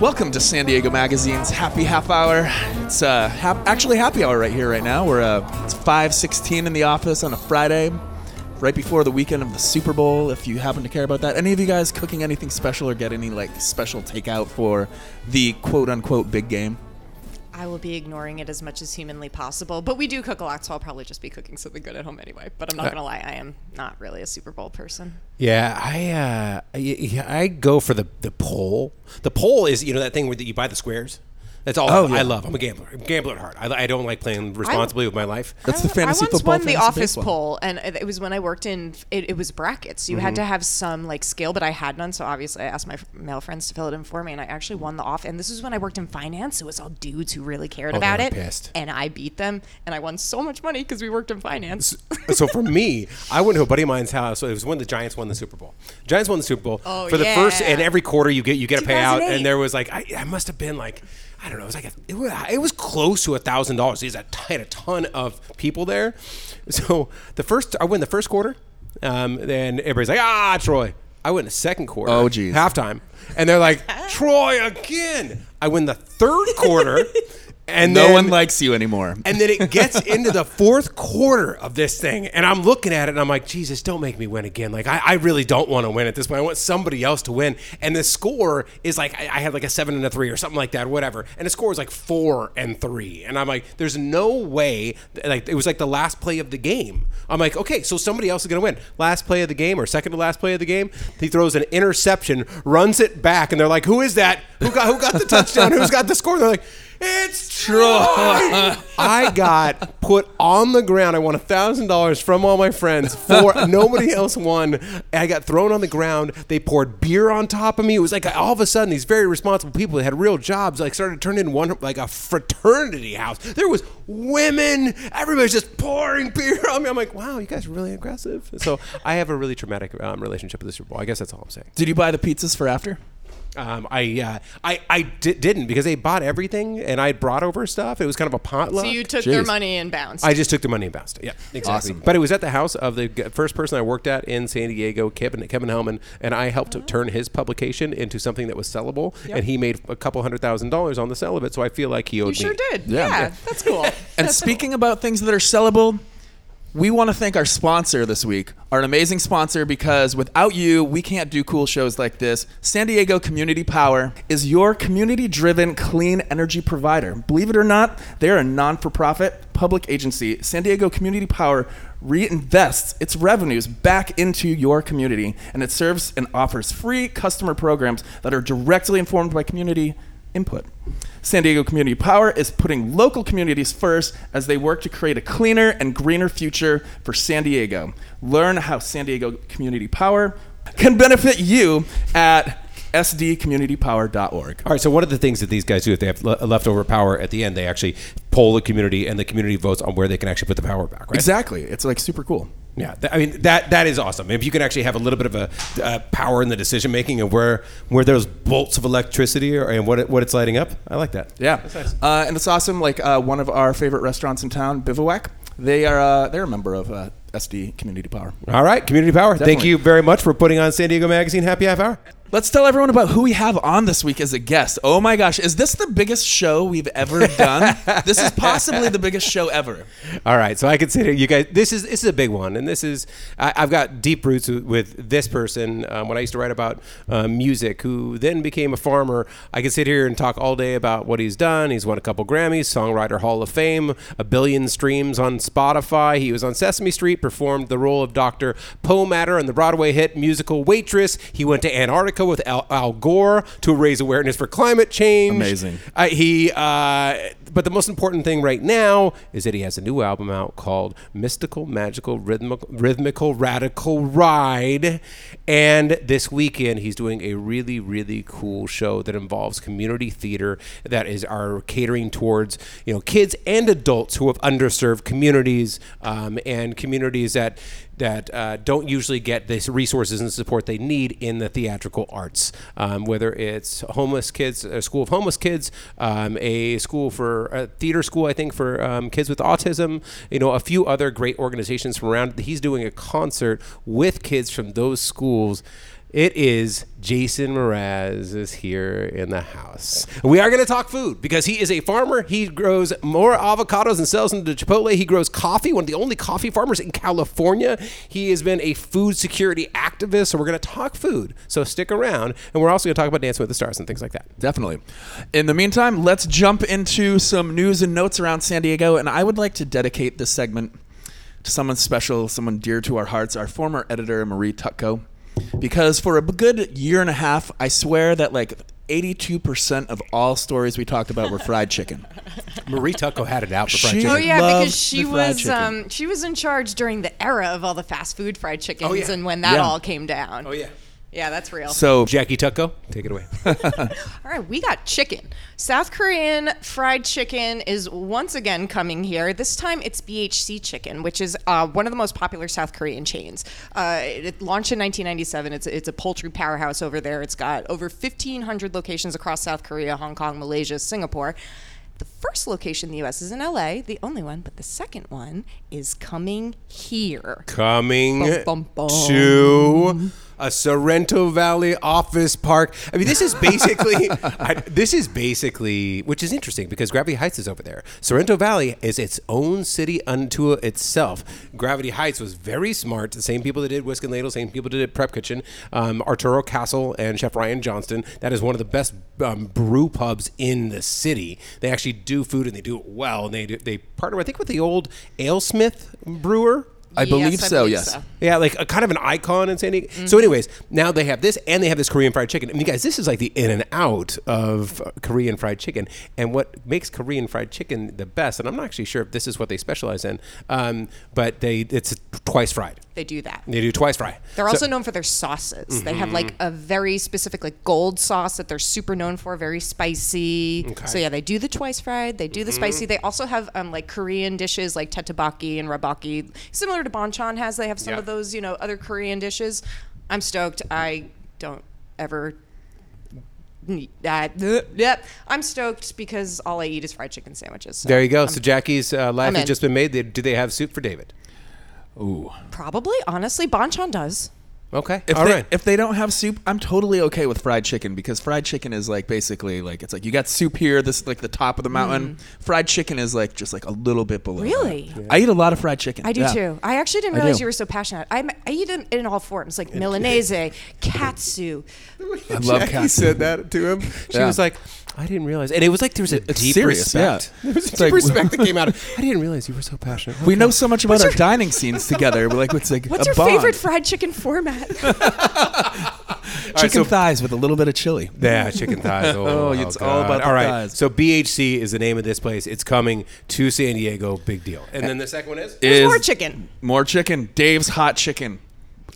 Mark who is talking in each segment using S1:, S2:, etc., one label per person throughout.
S1: Welcome to San Diego Magazine's Happy Half Hour. It's uh, hap- actually happy hour right here, right now. We're uh, it's five sixteen in the office on a Friday, right before the weekend of the Super Bowl. If you happen to care about that, any of you guys cooking anything special or get any like special takeout for the quote unquote big game?
S2: I will be ignoring it as much as humanly possible, but we do cook a lot, so I'll probably just be cooking something good at home anyway. But I'm not gonna lie, I am not really a Super Bowl person.
S3: Yeah, I uh, I- yeah, I go for the the pole. The pole is you know that thing where that you buy the squares. That's all
S1: Oh, yeah.
S3: I love. I'm a gambler. I'm a gambler at heart. I, I don't like playing responsibly with my life.
S1: That's the fantasy
S2: I once
S1: football.
S2: won the
S1: fantasy
S2: office
S1: baseball.
S2: poll, and it it was when I worked in. It, it was brackets. You
S1: Mm-hmm.
S2: had to have some like scale, but I had none. So obviously, I asked my f- male friends to fill it in for me, and I actually won the off. And this is when I worked in finance. So it was all dudes who really
S1: Oh,
S2: cared about
S3: were
S2: it,
S3: pissed.
S2: and I beat them, and I won so much money because we worked in finance.
S3: so for me, I went to a buddy of mine's house. So it was when the Giants won the Super Bowl. Giants won the Super Bowl
S2: Oh,
S3: for the
S2: yeah.
S3: first and every quarter you get you get a payout.
S2: 2008.
S3: And there was like I, I must have been like I don't know. It was like a, it, was, it was close to a thousand dollars. There's a I had a ton of people there. So the first I win the first quarter. Um, then everybody's like ah Troy. I win the second quarter.
S1: Oh, geez.
S3: halftime, and they're like Troy again. I win the third quarter. And
S1: No
S3: then,
S1: one likes you anymore.
S3: and then it gets into the fourth quarter of this thing, and I'm looking at it, and I'm like, Jesus, don't make me win again. Like, I, I really don't want to win at this point. I want somebody else to win. And the score is like, I, I had like a seven and a three or something like that, whatever. And the score is like four and three. And I'm like, there's no way. Like, it was like the last play of the game. I'm like, okay, so somebody else is going to win. Last play of the game or second to last play of the game, he throws an interception, runs it back, and they're like, who is that? Who got, who got the touchdown? Who's got the score? They're like, it's Troy. I got put on the ground. I won thousand dollars from all my friends. For nobody else won. I got thrown on the ground. They poured beer on top of me. It was like all of a sudden these very responsible people that had real jobs like started turning into one like a fraternity house. There was women. Everybody's just pouring beer on me. I'm like, wow, you guys are really aggressive. So I have a really traumatic um, relationship with the Super Bowl. I guess that's all I'm saying.
S1: Did you buy the pizzas for after?
S3: Um, I uh, I I di- didn't because they bought everything and I brought over stuff. It was kind of a potluck.
S2: so you took their
S1: Jeez.
S2: money and bounced.
S3: I just took the money and bounced it. Yeah, exactly.
S1: Awesome.
S3: But it was at the house of the g- first person I worked at in San Diego, Kevin Kevin Hellman, and I helped
S2: Uh-huh.
S3: to turn his publication into something that was sellable, and he made a couple hundred thousand dollars on the sell of it. So I feel like he owed
S2: you sure
S3: me.
S2: did.
S1: Yeah.
S2: Yeah,
S1: Yeah.
S2: that's cool.
S1: And speaking about things that are sellable, we want to thank our sponsor this week, our amazing sponsor, because without you, we can't do cool shows like this. San Diego Community Power is your community driven clean energy provider. Believe it or not, they're a non for profit public agency. San Diego Community Power reinvests its revenues back into your community, and it serves and offers free customer programs that are directly informed by community input. San Diego Community Power is putting local communities first as they work to create a cleaner and greener future for San Diego. Learn how San Diego Community Power can benefit you at sdcommunitypower.org.
S3: All right. So one of the things that these guys do if they have le- leftover power at the end, they actually poll the community, and the community votes on where they can actually put the power back. Right.
S1: Exactly. It's like super cool.
S3: Yeah, th- I mean that that is awesome. If you can actually have a little bit of a uh, power in the decision making of where where those bolts of electricity are and what it, what it's lighting up, I like that.
S1: Yeah, uh, and it's awesome. Like uh, one of our favorite restaurants in town, Bivouac. They are uh, they're a member of uh, SD Community Power.
S3: All right, community power. Thank
S1: Definitely.
S3: you very much for putting on San Diego Magazine Happy Half Hour.
S1: Let's tell everyone about who we have on this week as a guest. Oh my gosh, is this the biggest show we've ever done? this is possibly the biggest show ever.
S3: All right, so I consider you guys. This is this is a big one, and this is I, I've got deep roots with, with this person. Um, when I used to write about uh, music, who then became a farmer, I could sit here and talk all day about what he's done. He's won a couple Grammys, Songwriter Hall of Fame, a billion streams on Spotify. He was on Sesame Street, performed the role of Doctor Poe Matter on the Broadway hit musical Waitress. He went to Antarctica with Al, Al Gore to raise awareness for climate change.
S1: Amazing.
S3: Uh, he, uh, but the most important thing right now is that he has a new album out called Mystical, Magical, Rhythmical, Rhythmical Radical Ride. And this weekend, he's doing a really, really cool show that involves community theater that is our catering towards you know kids and adults who have underserved communities um, and communities that that uh, don't usually get the resources and support they need in the theatrical arts, um, whether it's homeless kids, a school of homeless kids, um, a school for a theater school, I think for um, kids with autism, you know, a few other great organizations from around. He's doing a concert with kids from those schools. It is Jason Mraz is here in the house. We are going to talk food because he is a farmer. He grows more avocados and sells them to Chipotle. He grows coffee, one of the only coffee farmers in California. He has been a food security activist. So we're going to talk food. So stick around, and we're also going to talk about Dancing with the Stars and things like that.
S1: Definitely. In the meantime, let's jump into some news and notes around San Diego. And I would like to dedicate this segment to someone special, someone dear to our hearts, our former editor, Marie Tutko. Because for a b- good year and a half, I swear that like 82% of all stories we talked about were fried chicken.
S3: Marie Tucko had it out for
S1: She-
S3: fried
S2: Oh
S3: chicken.
S2: yeah,
S1: Loved
S2: because she
S1: the fried
S2: was
S1: chicken. Oh,
S2: um, she was in charge during the era of all the fast food fried chickens
S3: yeah.
S2: and when that
S1: Yeah.
S2: all came down. Oh, Yeah, that's real.
S1: So,
S3: Jackie Tucko, take it away.
S2: All right, we got chicken. South Korean fried chicken is once again coming here. This time it's BHC Chicken, which is uh, one of the most popular South Korean chains. Uh, it, it launched in 1997. It's, it's a poultry powerhouse over there. It's got over 1,500 locations across South Korea, Hong Kong, Malaysia, Singapore. The first location in the US is in LA, the only one, but the second one is coming here.
S3: coming
S2: Bum, bum, bum.
S3: to a Sorrento Valley office park. I mean, this is basically I, this is basically which is interesting because Gravity Heights is over there. Sorrento Valley is its own city unto itself. Gravity Heights was very smart. The same people that did Whisk and Ladle, same people that did Prep Kitchen, um, Arturo Castle and Chef Ryan Johnston. That is one of the best um, brew pubs in the city. They actually do food and they do it well. And they do, they partner, I think, with the old AleSmith brewer.
S1: I believe so, yes.
S3: Yeah, like a kind of an icon in San Diego.
S2: Mm-hmm.
S3: So, anyways, now they have this, and they have this Korean fried chicken. I mean, guys, this is like the in and out of uh, Korean fried chicken. And what makes Korean fried chicken the best, and I'm not actually sure if this is what they specialize in, um, but they it's twice fried.
S2: They do that.
S3: They do twice fry.
S2: They're also known for their sauces. They have like a very specific like gold sauce that they're super known for, very spicy. So yeah, they do the twice fried, they do the spicy. They also have um, like Korean dishes like tetabaki and rabaki, similar to banchan has. They have some
S3: Yeah.
S2: of those, you know, other Korean dishes. I'm stoked. I don't ever need that. Yep. I'm stoked because all I eat is fried chicken sandwiches. So
S3: There you go. So Jackie's uh, life
S2: I'm
S3: has
S2: in.
S3: just been made. They, do they have soup for David?
S2: probably honestly banchan does.
S3: Okay.
S1: if
S3: All
S1: they,
S3: right.
S1: if they don't have soup, I'm totally okay with fried chicken because fried chicken is like basically like it's like you got soup here, this is like the top of the mountain. Fried chicken is like just like a little bit below. that.
S2: Really?
S1: I eat a lot of fried chicken.
S2: I do
S1: Yeah.
S2: too. I actually didn't
S1: I
S2: realize
S1: do.
S2: you were so passionate. I'm, I eat it in all forms, like Milanese, katsu.
S1: I love
S3: Jackie
S1: cats.
S3: said that to him. She
S1: Yeah.
S3: was like, I didn't realize. And it was like there was a deep
S1: serious, yeah.
S3: respect. There was a
S1: It's
S3: deep
S1: like-
S3: respect that came out of I didn't realize you were so passionate.
S1: We know so much about our dining scenes together. We're like, it's like
S2: What's
S1: a
S2: your
S1: bond.
S2: favorite fried chicken format?
S1: Chicken
S3: so-
S1: thighs with a little bit of chili.
S3: Yeah, chicken thighs. Oh,
S1: Oh, it's all
S3: God.
S1: about the
S3: All right.
S1: thighs.
S3: So BHC is the name of this place. It's coming to San Diego. Big deal. And then the second one is
S1: Is-
S2: more chicken.
S1: More chicken. Dave's hot chicken.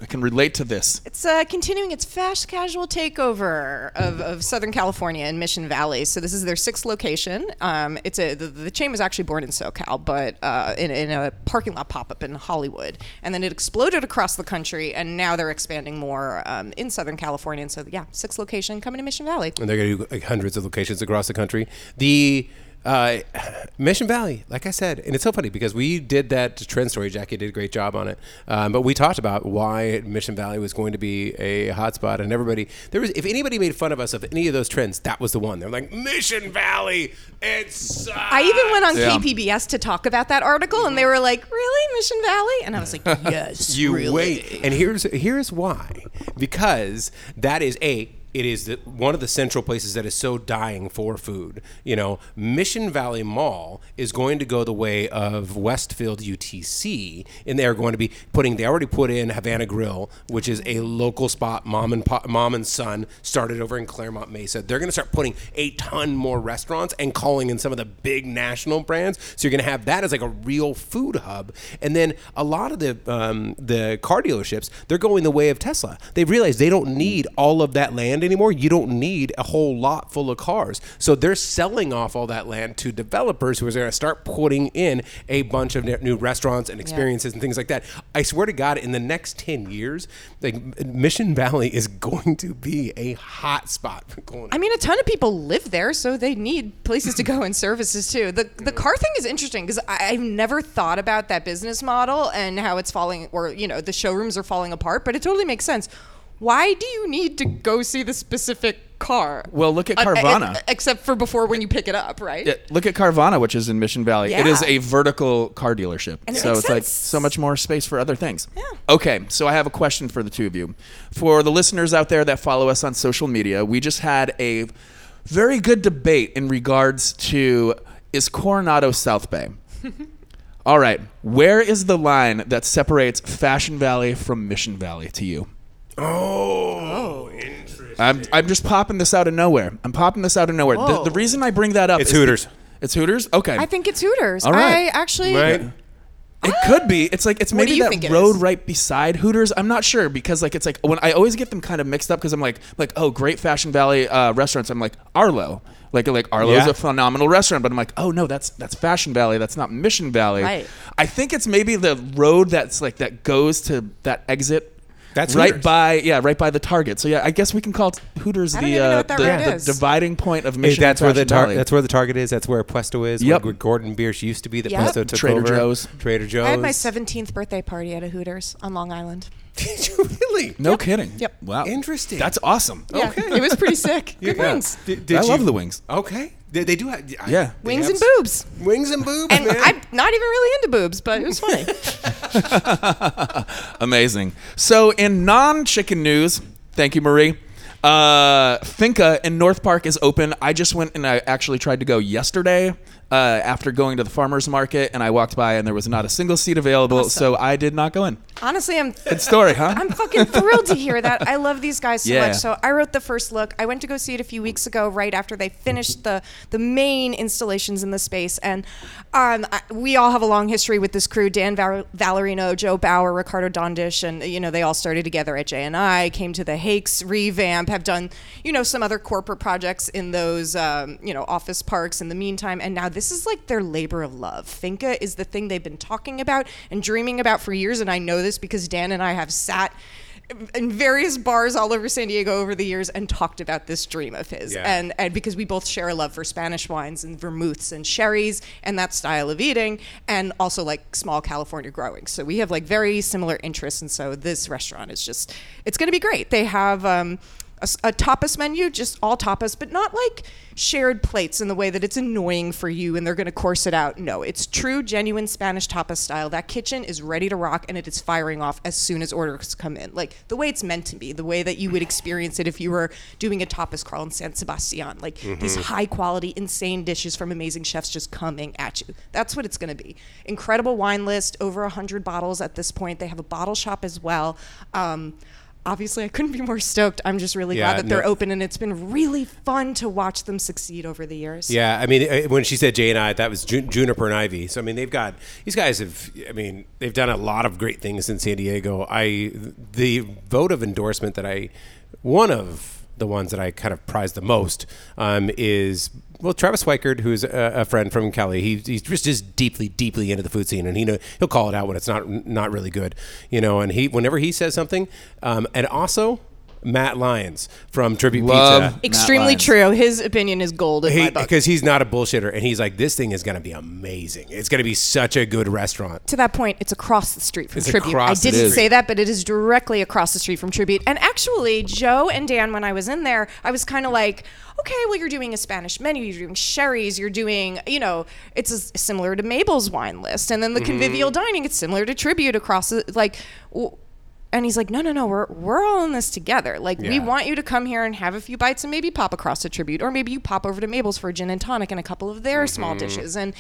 S1: I can relate to this.
S2: It's uh, continuing its fast casual takeover of, of Southern California and Mission Valley. So this is their sixth location. Um, it's a the, the chain was actually born in SoCal, but uh, in, in a parking lot pop up in Hollywood, and then it exploded across the country, and now they're expanding more um, in Southern California. And so yeah, sixth location coming to Mission Valley.
S3: and they're going to do like hundreds of locations across the country. The uh, Mission Valley, like I said, and it's so funny because we did that trend story. Jackie did a great job on it, um, but we talked about why Mission Valley was going to be a hotspot, and everybody there was. If anybody made fun of us of any of those trends, that was the one. They're like Mission Valley. It's
S2: I even went on
S1: Yeah.
S2: KPBS to talk about that article, and they were like, "Really, Mission Valley?" And I was like, "Yes,
S3: you
S2: really."
S3: wait and here's here's why because that is a it is the, one of the central places that is so dying for food you know mission valley mall is going to go the way of westfield utc and they're going to be putting they already put in havana grill which is a local spot mom and pop, mom and son started over in claremont mesa they're going to start putting a ton more restaurants and calling in some of the big national brands so you're going to have that as like a real food hub and then a lot of the um, the car dealerships they're going the way of Tesla. They've realized they don't need all of that land anymore. You don't need a whole lot full of cars. So they're selling off all that land to developers who are going to start putting in a bunch of new restaurants and experiences and things like that. I swear to God, in the next ten years, like Mission Valley is going to be a hot spot for culinary.
S2: I mean, a ton of people live there, so they need places to go and services too. The the car thing is interesting because I've never thought about that business model and how it's falling, or you know, the showrooms are falling apart. But it totally makes sense. why do you need to go see the specific car?
S1: Well, look at
S2: Uh, uh,
S1: Carvana.
S2: uh, except for before when you pick it up, right?
S1: Yeah, look at Carvana, which is in Mission Valley. It is
S2: Yeah.
S1: a vertical car dealership.
S2: And it
S1: so
S2: makes
S1: it's like
S2: sense.
S1: so much more space for other things.
S2: Yeah.
S1: Okay, so I have a question for the two of you. For the listeners out there that follow us on social media, we just had a very good debate in regards to is Coronado South Bay? All right, where is the line that separates Fashion Valley from Mission Valley to you?
S3: Oh, interesting.
S1: I'm, I'm just popping this out of nowhere. I'm popping this out of nowhere. The,
S2: Whoa.
S1: the reason I bring that up
S3: It's
S1: is be-
S3: Hooters.
S1: it's Hooters? Okay.
S2: I think it's Hooters.
S1: All right.
S2: I actually
S3: Right?
S1: It could be. It's like it's
S2: What do
S1: maybe
S2: you think
S1: that
S2: it
S1: road
S2: is?
S1: right beside Hooters. I'm not sure because like it's like when I always get them kind of mixed up because I'm like like oh great Fashion Valley uh, restaurants. I'm like Arlo. Like like Arlo's
S3: Yeah.
S1: a phenomenal restaurant, but I'm like oh no that's that's Fashion Valley. That's not Mission Valley.
S2: Right.
S1: I think it's maybe the road that's like that goes to that exit.
S3: That's
S1: right
S3: Hooters.
S1: by yeah right by the Target. So yeah, I guess we can call Hooters
S2: I don't
S1: the
S2: even know
S1: uh,
S2: what
S1: the,
S2: that road
S1: the
S2: is.
S1: dividing point of
S3: Hey,
S1: Mission.
S3: that's
S1: and
S3: where the
S1: Fashion
S3: tar-
S1: Valley.
S3: that's where the Target is. That's where Puesto is.
S1: Yep.
S3: Where Gordon Biersch used to be. That
S2: Yep.
S3: Puesto took
S1: Trader
S3: over.
S1: Joe's.
S3: Trader Joe's.
S2: I had my 17th birthday party at a Hooters on Long Island.
S3: Did you really?
S1: no kidding.
S2: Yep.
S1: Wow.
S3: Interesting.
S1: That's awesome.
S2: Yeah,
S3: Okay.
S2: it was pretty sick. Good
S3: Yeah.
S2: wings,
S3: Did, did
S1: I
S3: you-
S1: love the wings.
S3: Okay. They, they do have. I-
S1: Yeah.
S3: they
S2: wings
S3: have
S2: and
S3: s-
S2: boobs.
S3: Wings and boobs.
S2: And
S3: man.
S2: I'm not even really into boobs, but it was funny.
S1: Amazing. So, in non chicken news, thank you, Marie. Uh, Finca in North Park is open. I just went and I actually tried to go yesterday uh, after going to the farmer's market, and I walked by and there was not a single seat available, so I did not go in.
S2: Honestly, I'm
S1: Good story, huh?
S2: I'm fucking thrilled to hear that. I love these guys so
S1: Yeah.
S2: much. So I wrote the first look. I went to go see it a few weeks ago, right after they finished the the main installations in the space. And um, I, we all have a long history with this crew: Dan Val- Valerino, Joe Bauer, Ricardo Dondish, and you know they all started together at JNI, came to the Hakes revamp, have done you know some other corporate projects in those um, you know office parks in the meantime. And now this is like their labor of love. Finca is the thing they've been talking about and dreaming about for years. And I know this because Dan and I have sat in various bars all over San Diego over the years and talked about this dream of his.
S3: Yeah.
S2: And and because we both share a love for Spanish wines and vermouths and sherries and that style of eating and also like small California growing. So we have like very similar interests and so this restaurant is just it's going to be great. They have um a, s- a tapas menu, just all tapas, but not like shared plates in the way that it's annoying for you and they're going to course it out. No, it's true, genuine Spanish tapas style. That kitchen is ready to rock and it is firing off as soon as orders come in. Like the way it's meant to be, the way that you would experience it if you were doing a tapas crawl in San Sebastian. Like
S3: Mm-hmm.
S2: these high quality, insane dishes from amazing chefs just coming at you. That's what it's going to be. Incredible wine list, over 100 bottles at this point. They have a bottle shop as well. Um, obviously I couldn't be more stoked. I'm just really
S3: Yeah,
S2: glad that they're
S3: no-
S2: open and it's been really fun to watch them succeed over the years.
S3: Yeah, I mean, uh, when she said Jay and I, that was Ju- Juniper and Ivy. So I mean, they've got these guys have. I mean, they've done a lot of great things in San Diego. I the vote of endorsement that I one of the ones that I kind of prize the most um, is well Travis Weikert, who's a, a friend from Cali. He, he's just just deeply deeply into the food scene, and he know he'll call it out when it's not not really good, you know. And he whenever he says something, um, and also. Matt Lyons from Tribute
S1: Love
S3: Pizza.
S2: Extremely
S1: Lyons.
S2: true. His opinion is gold in my book.
S3: Because he's not a bullshitter, and he's like, this thing is going to be amazing. It's going to be such a good restaurant.
S2: To that point, it's across the street from
S3: It's
S2: Tribute. I
S3: across the
S2: didn't
S3: street.
S2: say that, but it is directly across the street from Tribute. And actually, Joe and Dan, when I was in there, I was kind of like, okay, well, you're doing a Spanish menu, you're doing sherry's, you're doing, you know, it's as similar to Mabel's wine list. And then
S3: Mm-hmm.
S2: the convivial dining, it's similar to Tribute across, the, like, w- and he's like, no, no, no, we're, we're all in this together. Like, we
S3: Yeah.
S2: want you to come here and have a few bites and maybe pop across to Tribute, or maybe you pop over to Mabel's for a gin and tonic and a couple of their small
S3: Mm-hmm.
S2: dishes. And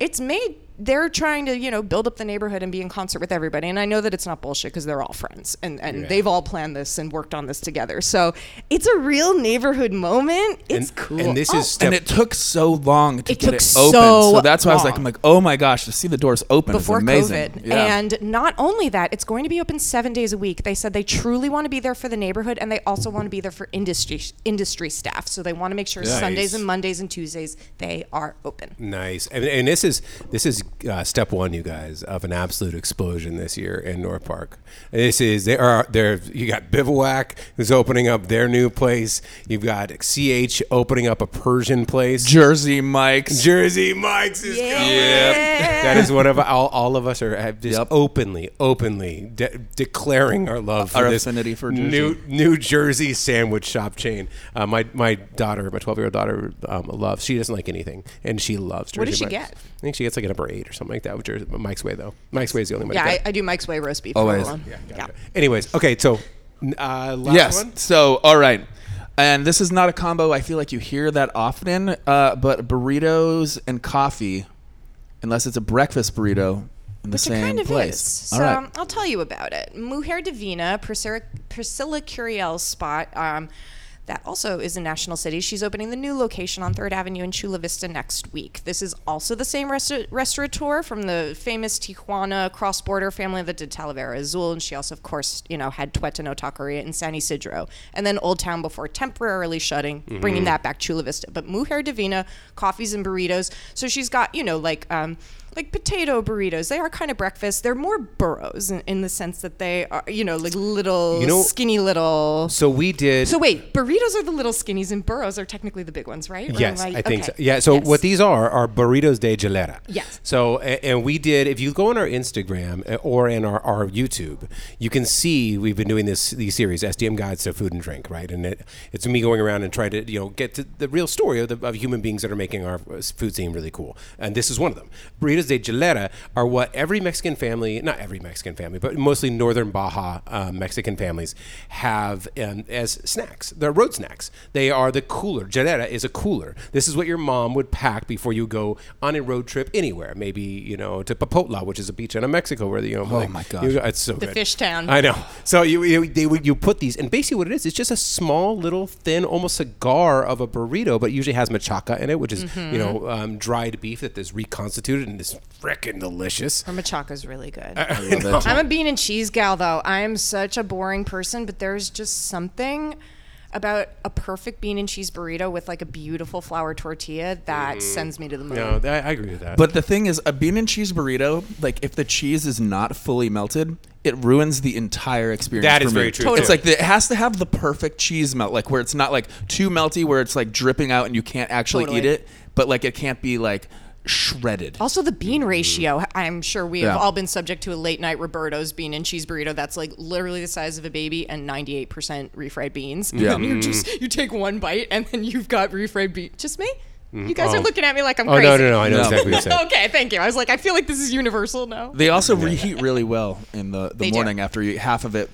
S2: it's made, they're trying to, you know, build up the neighborhood and be in concert with everybody. And I know that it's not bullshit because they're all friends and, and
S3: Yeah.
S2: they've all planned this and worked on this together. So it's a real neighborhood moment. It's
S3: and,
S2: cool.
S3: And this
S2: Oh,
S3: is step.
S1: and it took so long to
S2: It
S1: get
S2: took
S1: it open.
S2: so
S1: that's why I was like,
S2: long.
S1: I'm like, oh my gosh, to see the doors open
S2: before
S1: is amazing.
S2: COVID.
S1: Yeah.
S2: And not only that, it's going to be open seven days a week. They said they truly want to be there for the neighborhood, and they also want to be there for industry industry staff. So they want to make sure
S3: Nice.
S2: Sundays and Mondays and Tuesdays they are open.
S3: nice. And, and this is this is is uh, step one, you guys, of an absolute explosion this year in North Park. This is there are there. You got Bivouac who's opening up their new place. You've got CH opening up a Persian place.
S1: Jersey Mike's.
S3: Jersey Mike's is
S2: Yeah.
S3: coming.
S2: Yep.
S3: That is one of all, all of us are have just
S1: Yep.
S3: openly, openly de- declaring our love for
S1: Our
S3: this
S1: affinity for Jersey.
S3: New New Jersey sandwich shop chain. Uh, my my daughter, my twelve year old daughter, um, loves. She doesn't like anything, and she loves. Jersey
S2: What does she
S3: Mike's.
S2: get?
S3: I think she gets like a number eight or something like that. With Jersey Mike's way though. Mike's way is the only one.
S2: Yeah,
S3: to
S2: I,
S3: get.
S2: I do Mike's Way roast beef.
S1: Always.
S2: Hold on.
S1: Yeah,
S2: yeah.
S3: Anyways, okay, so uh, last
S1: Yes.
S3: one.
S1: So, all right. And this is not a combo. I feel like you hear that often, uh, but burritos and coffee, unless it's a breakfast burrito in the
S2: Which
S1: same
S2: it kind of
S1: place.
S2: is. So
S1: All right.
S2: um, I'll tell you about it. Mujer Divina, Priscilla, Priscilla Curiel's spot. Um, that also is a national city. She's opening the new location on 3rd Avenue in Chula Vista next week. This is also the same resta- restaurateur from the famous Tijuana cross border family that did Talavera Azul. And she also, of course, you know, had Tueta No Taqueria in San Isidro. And then Old Town before temporarily shutting, bringing that back Chula Vista. But Mujer Divina, coffees and burritos. So she's got, you know, like, um, like potato burritos. They are kind of breakfast. They're more burros in, in the sense that they are, you know, like little,
S3: You know-
S2: skinny little.
S3: So we did.
S2: So wait, burritos are the little skinnies, and burros are technically the big ones, right? Or
S3: Yes,
S2: am
S3: I think so.
S2: okay.
S3: Yeah, so
S2: Yes.
S3: what these are are burritos de gelera.
S2: Yes.
S3: So, a- and we did, if you go on our Instagram uh, or in our, our YouTube, you can see we've been doing this these series, SDM Guides to Food and Drink, right? And it, it's me going around and trying to, you know, get to the real story of, the, of human beings that are making our uh, food scene really cool. And this is one of them. Burritos de gelera are what every Mexican family, not every Mexican family, but mostly northern Baja uh, Mexican families have um, as snacks. They're road snacks. They are the cooler. Jarera is a cooler. This is what your mom would pack before you go on a road trip anywhere. Maybe you know to Popotla, which is a beach out of Mexico, where you know. Oh
S1: my gosh.
S3: it's so the
S2: fish town.
S3: I know. So you, you they would you put these, and basically what it is, it's just a small, little, thin, almost cigar of a burrito, but it usually has machaca in it, which is
S2: Mm-hmm.
S3: you know um, dried beef that is reconstituted and is frickin' delicious.
S2: Her machaca's really good.
S3: Uh,
S2: I'm a bean and cheese gal, though. I am such a boring person, but there's just something about a perfect bean and cheese burrito with like a beautiful flour tortilla that
S3: Mm.
S2: sends me to the moon.
S3: No, I, I agree with that.
S1: But the thing is, a bean and cheese burrito, like if the cheese is not fully melted, it ruins the entire experience.
S3: That is
S1: for me.
S3: very true,
S2: Totally.
S1: It's like the, it has to have the perfect cheese melt, like where it's not like too melty, where it's like dripping out and you can't actually
S2: Totally.
S1: eat it, but like it can't be like shredded.
S2: Also, the
S3: Mm-hmm.
S2: bean ratio. I'm sure we
S1: Yeah.
S2: have all been subject to a late night Roberto's bean and cheese burrito that's like literally the size of a baby and 98% refried beans. And
S1: Yeah.
S2: then you just
S3: Mm-hmm.
S2: you take one bite and then you've got refried beans. Just me? You guys
S3: Oh.
S2: are looking at me like I'm
S3: oh
S2: crazy.
S3: no, no, no! I know
S1: No.
S3: exactly what you're saying.
S2: okay, thank you. I was like, I feel like this is universal now.
S1: They also reheat really well in the, the
S2: They do.
S1: morning after you eat half of it.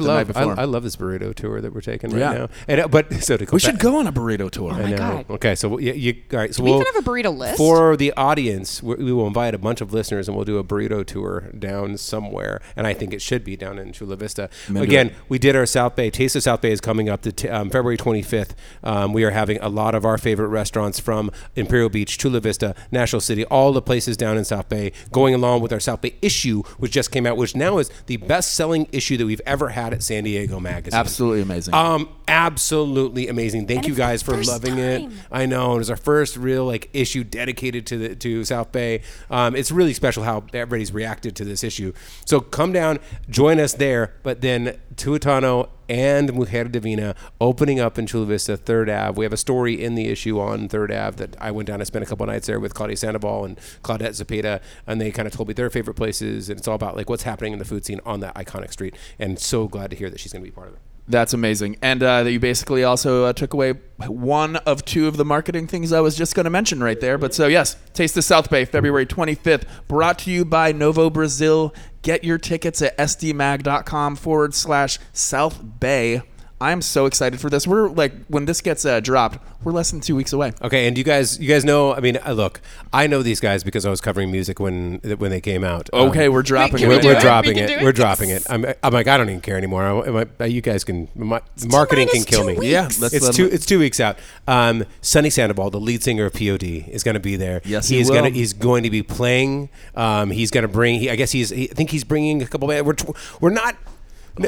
S1: the
S3: love
S1: night
S3: I,
S1: before.
S3: I love this burrito tour that we're taking right
S1: Yeah.
S3: now. And uh, but so to go
S1: we
S3: back-
S1: should go on a burrito tour. Oh
S2: my
S3: I know.
S2: God.
S3: Okay, so you, you all right, so
S2: we
S3: we'll,
S2: even have a burrito list?
S3: for the audience. We, we will invite a bunch of listeners, and we'll do a burrito tour down somewhere. And I think it should be down in Chula Vista.
S1: into
S3: Again,
S1: it.
S3: we did our South Bay Taste of South Bay is coming up the t- um, February 25th. Um, we are having a lot of our favorite restaurants from Imperial Beach, Chula Vista, National City, all the places down in South Bay, going along with our South Bay issue, which just came out, which now is the best-selling issue that we've ever had at San Diego Magazine.
S1: Absolutely amazing.
S3: Um, absolutely amazing. Thank you
S2: it's the
S3: guys for
S2: first
S3: loving it.
S2: time.
S3: I know it was our first real like issue dedicated to the to South Bay. Um, it's really special how everybody's reacted to this issue. So come down, join us there. But then Tuitano and Mujer Divina opening up in Chula Vista, Third Ave. We have a story in the issue on Third Ave that I went down and spent a couple nights there with Claudia Sandoval and Claudette Zapeta, and they kind of told me their favorite places. And it's all about like what's happening in the food scene on that iconic street. And so glad to hear that she's going to be part of it.
S1: That's amazing. And uh, you basically also uh, took away one of two of the marketing things I was just going to mention right there. But so, yes, Taste of South Bay, February 25th, brought to you by Novo Brazil. Get your tickets at sdmag.com forward slash South Bay. I'm so excited for this. We're like, when this gets uh, dropped, we're less than two weeks away.
S3: Okay, and you guys, you guys know. I mean, uh, look, I know these guys because I was covering music when when they came out. Um,
S1: Okay, we're dropping
S2: can
S1: it.
S3: we're,
S2: do
S3: we're
S2: it?
S3: dropping
S2: We can
S3: it.
S2: do it?
S3: We're dropping it. I'm, I'm like, I don't even care anymore. I, am I, you guys can. My, marketing can
S2: minus
S3: kill
S2: two
S3: me.
S2: weeks.
S1: Yeah, let's
S3: it's
S1: let
S3: two.
S1: them-
S3: It's two weeks out. Um, Sunny Sandoval, the lead singer of POD, is going to be there.
S1: Yes, he
S3: he's
S1: will.
S3: gonna. He's going to be playing. Um, he's going to bring. He, I guess he's. He, I think he's bringing a couple. Of, we're tw- we're not.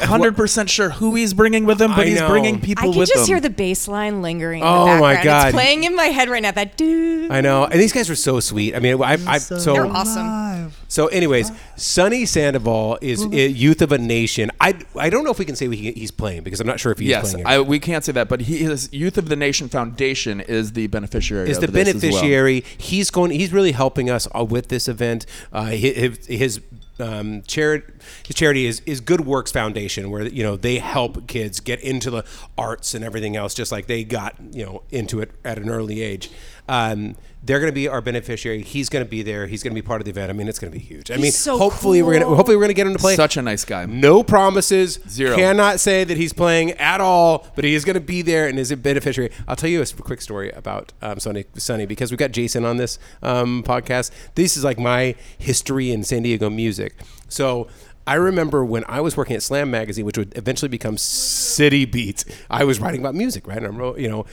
S1: hundred percent sure who he's bringing with him, but
S3: I
S1: he's
S3: know.
S1: bringing
S2: I
S1: people
S2: can
S1: with
S2: just
S1: him.
S2: hear the bass line lingering in
S3: Oh,
S2: the
S3: my
S2: background.
S3: God.
S2: It's playing in my head right now. That dude.
S3: I know, and these guys were so sweet. I mean, I, I
S2: They're
S3: so
S2: awesome.
S3: So, anyways, Sonny Sandoval is
S2: Mm-hmm.
S3: uh, Youth of a Nation. I, I don't know if we can say he, he's playing because I'm not sure if he's
S1: Yes,
S3: playing. it.
S1: I, we can't say that, but he is Youth of the Nation Foundation is the beneficiary.
S3: is
S1: of
S3: the
S1: this as well.
S3: beneficiary. He's going. He's really helping us uh, with this event. Uh, his his, um, charity, his charity is is Good Works Foundation, where you know they help kids get into the arts and everything else, just like they got you know into it at an early age. Um, they're going to be our beneficiary. He's going to be there. He's going to be part of the event. I mean, it's going to be huge. I mean,
S2: so
S3: hopefully we're going to
S2: cool.
S3: hopefully we're going to get him to play.
S1: Such a nice guy.
S3: No promises.
S1: Zero.
S3: Cannot say that he's playing at all, but he is going to be there and is a beneficiary. I'll tell you a s- quick story about um, Sonny, Sonny because we've got Jason on this um, podcast. This is like my history in San Diego music. So I remember when I was working at Slam Magazine, which would eventually become City Beats. I was writing about music, right? And I wrote, you know.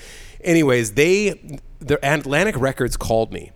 S3: Anyways, they the Atlantic Records called me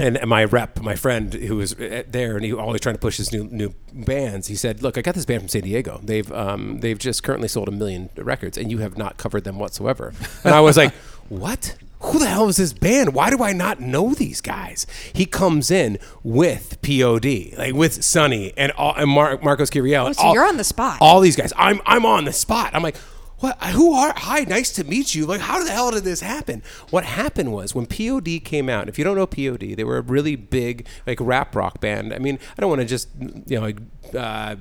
S3: and and my rep, my friend who was uh, there, and he always trying to push his new new bands. He said, "Look, I got this band from San Diego. They've um, they've just currently sold a million records, and you have not covered them whatsoever." And I was like, "What? Who the hell is this band? Why do I not know these guys?" He comes in with Pod, like with Sonny and all, and Mar- Marcos Curiel.
S2: Oh, so you're on the spot.
S3: All these guys. I'm I'm on the spot. I'm like, what? Who are? Hi, nice to meet you. Like, how the hell did this happen? What happened was when POD came out. If you don't know POD, they were a really big like rap rock band. I mean, I don't want to just you know. Like, uh,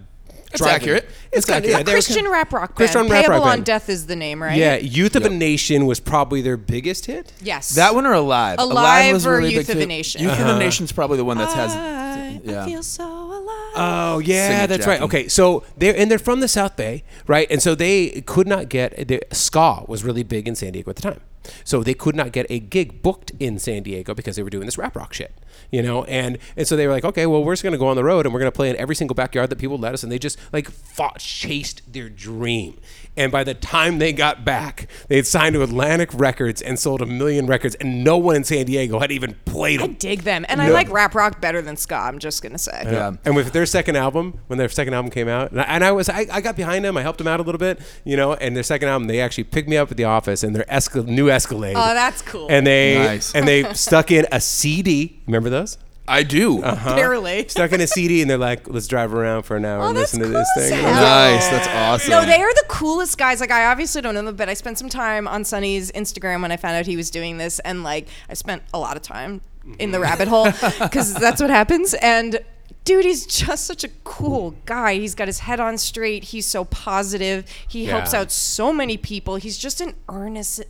S1: It's
S3: drive-
S1: accurate. It's
S3: kinda-
S1: accurate.
S3: yeah, they were
S2: Christian
S3: kinda-
S2: rap rock band.
S3: Christian rap
S2: Payable
S3: rock
S2: on
S3: band.
S2: Death is the name, right?
S3: Yeah, Youth of a Nation was probably their biggest hit.
S2: Yes.
S1: That one or alive?
S2: Alive
S1: was
S2: or
S1: really
S2: Youth
S1: big
S2: of a
S1: too.
S2: Nation.
S1: Youth of the Nation's probably the one that has.
S2: I,
S1: yeah.
S2: I feel so alive.
S3: Oh
S1: Sing
S3: yeah,
S1: it,
S3: that's right.
S1: Jackie.
S3: Okay, so they're and they're from the South Bay, right? And so they could not get the ska was really big in San Diego at the time, so they could not get a gig booked in San Diego because they were doing this rap rock shit, you know. And and so they were like, okay, well, we're just gonna go on the road and we're gonna play in every single backyard that people let us, and they just like fought, chased their dream. And by the time they got back, they had signed to Atlantic Records and sold a million records, and no one in San Diego had even played
S2: I
S3: them.
S2: dig them, and I
S3: No.
S2: like rap rock better than ska. I'm just gonna say.
S1: Yeah.
S3: Um, And with their second album, when their second album came out, and I, and I was, I, I got behind them, I helped them out a little bit, you know. And their second album, they actually picked me up at the office and their Esca- new Escalade.
S2: Oh, that's cool.
S3: And they
S1: Nice.
S3: and they stuck in a CD. Remember those?
S1: I do.
S2: Uh-huh. Barely.
S3: Stuck in a CD, and they're like, "Let's drive around for an hour
S2: Oh,
S3: and
S2: that's
S3: listen to this
S2: cool as
S3: thing."
S2: hell.
S1: Nice. That's awesome.
S2: No, they are the coolest guys. Like I obviously don't know them, but I spent some time on Sonny's Instagram when I found out he was doing this, and like I spent a lot of time in the
S3: Mm-hmm.
S2: rabbit hole because that's what happens. And dude, he's just such a cool guy. He's got his head on straight. He's so positive. He helps
S3: Yeah.
S2: out so many people. He's just an earnest.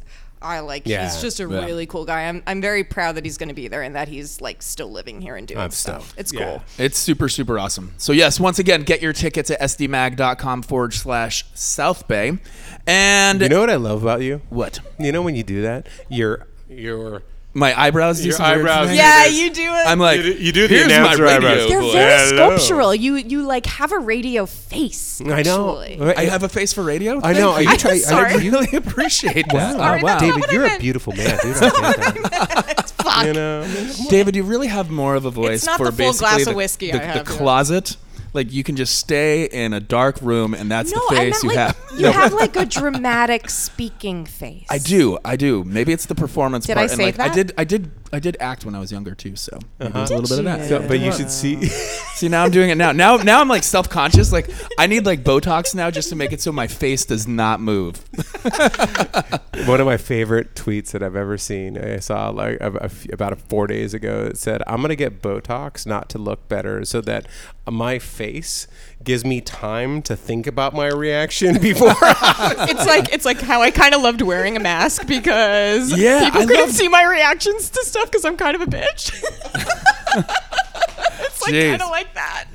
S2: I like.
S3: Yeah.
S2: He's just a
S1: Yeah.
S2: really cool guy. I'm I'm very proud that he's going to be there and that he's like still living here and doing
S3: I'm
S2: stuff.
S3: stoked.
S2: It's
S3: Yeah.
S2: cool.
S1: It's super, super awesome. So, yes, once again, get your tickets at sdmag.com forward slash South Bay. And
S3: You know what I love about you?
S1: what?
S3: You know when you do that, your your
S1: My eyebrows do
S3: Your
S1: some weird
S3: eyebrows
S1: thing?
S3: do
S2: Yeah,
S3: this.
S2: you do it.
S1: I'm like,
S3: You do- you do the
S1: here's my
S3: announcer
S1: radio
S3: eyebrows.
S2: They're
S1: voice.
S2: very
S3: Hello.
S2: sculptural. You you like have a radio face.
S3: I know.
S2: actually.
S1: I have a face for radio.
S3: I know. Are
S1: Thank
S3: you
S1: you.
S3: trying?
S2: sorry.
S1: I really appreciate that.
S3: Wow,
S2: Sorry, that's not
S3: David,
S2: what I
S3: you're a
S2: meant.
S3: beautiful man, dude. I think that,
S2: Fuck.
S3: you know.
S1: David, you really have more of a voice
S2: not
S1: for
S2: the full
S1: basically
S2: glass
S1: the,
S2: of whiskey
S1: the,
S2: I have,
S1: the
S2: yeah.
S1: closet. Like you can just stay in a dark room, and that's
S2: No,
S1: the
S2: I
S1: face
S2: meant
S1: you
S2: like
S1: have.
S2: you have like a dramatic speaking face.
S1: I do, I do. Maybe it's the performance
S2: Did I
S1: part. and
S2: save
S1: like, I
S2: that? Uh-huh.
S1: did, I did, I did act when I was younger too. So maybe there's a little bit of that.
S2: you?
S3: but you should see.
S1: See, now I'm doing it now. Now, now I'm like self-conscious. Like I need like Botox now just to make it so my face does not move.
S3: One of my favorite tweets that I've ever seen, I saw like a, a f- about four days ago. It said, "I'm gonna get Botox not to look better, so that my face gives me time to think about my reaction before."
S2: It's like it's like how I kind of loved wearing a mask because
S1: Yeah,
S2: people
S1: I
S2: couldn't
S1: love-
S2: see my reactions to stuff because I'm kind of a bitch. it's like
S1: Jeez.
S2: kind of like that.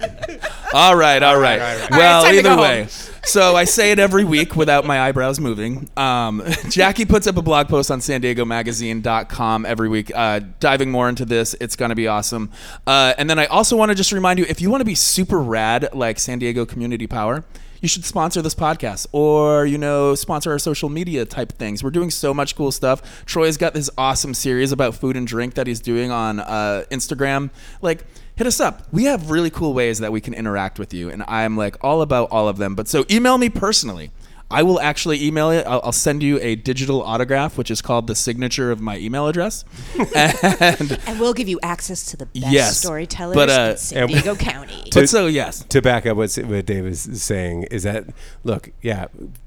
S1: All right, all right.
S2: right. All
S1: Well,
S2: right, it's time to
S1: either
S2: go
S1: way.
S2: home.
S1: So I say it every week without my eyebrows moving. Um, Jackie puts up a blog post on san diego magazine.com every week, uh, diving more into this. It's going to be awesome. Uh, and then I also want to just remind you if you want to be super rad like San Diego Community Power, you should sponsor this podcast or you know sponsor our social media type things we're doing so much cool stuff troy's got this awesome series about food and drink that he's doing on uh, instagram like hit us up. We have really cool ways that we can interact with you, and I'm like all about all of them. But so email me personally. I will actually email it. I'll, I'll send you a digital autograph, which is called the signature of my email address. and
S2: And we'll give you access to the best
S1: Yes,
S2: storytellers
S1: but, uh,
S2: in San
S3: and-
S2: Diego County.
S1: but so yes,
S3: to back up what's, what Dave is saying is that look, yeah,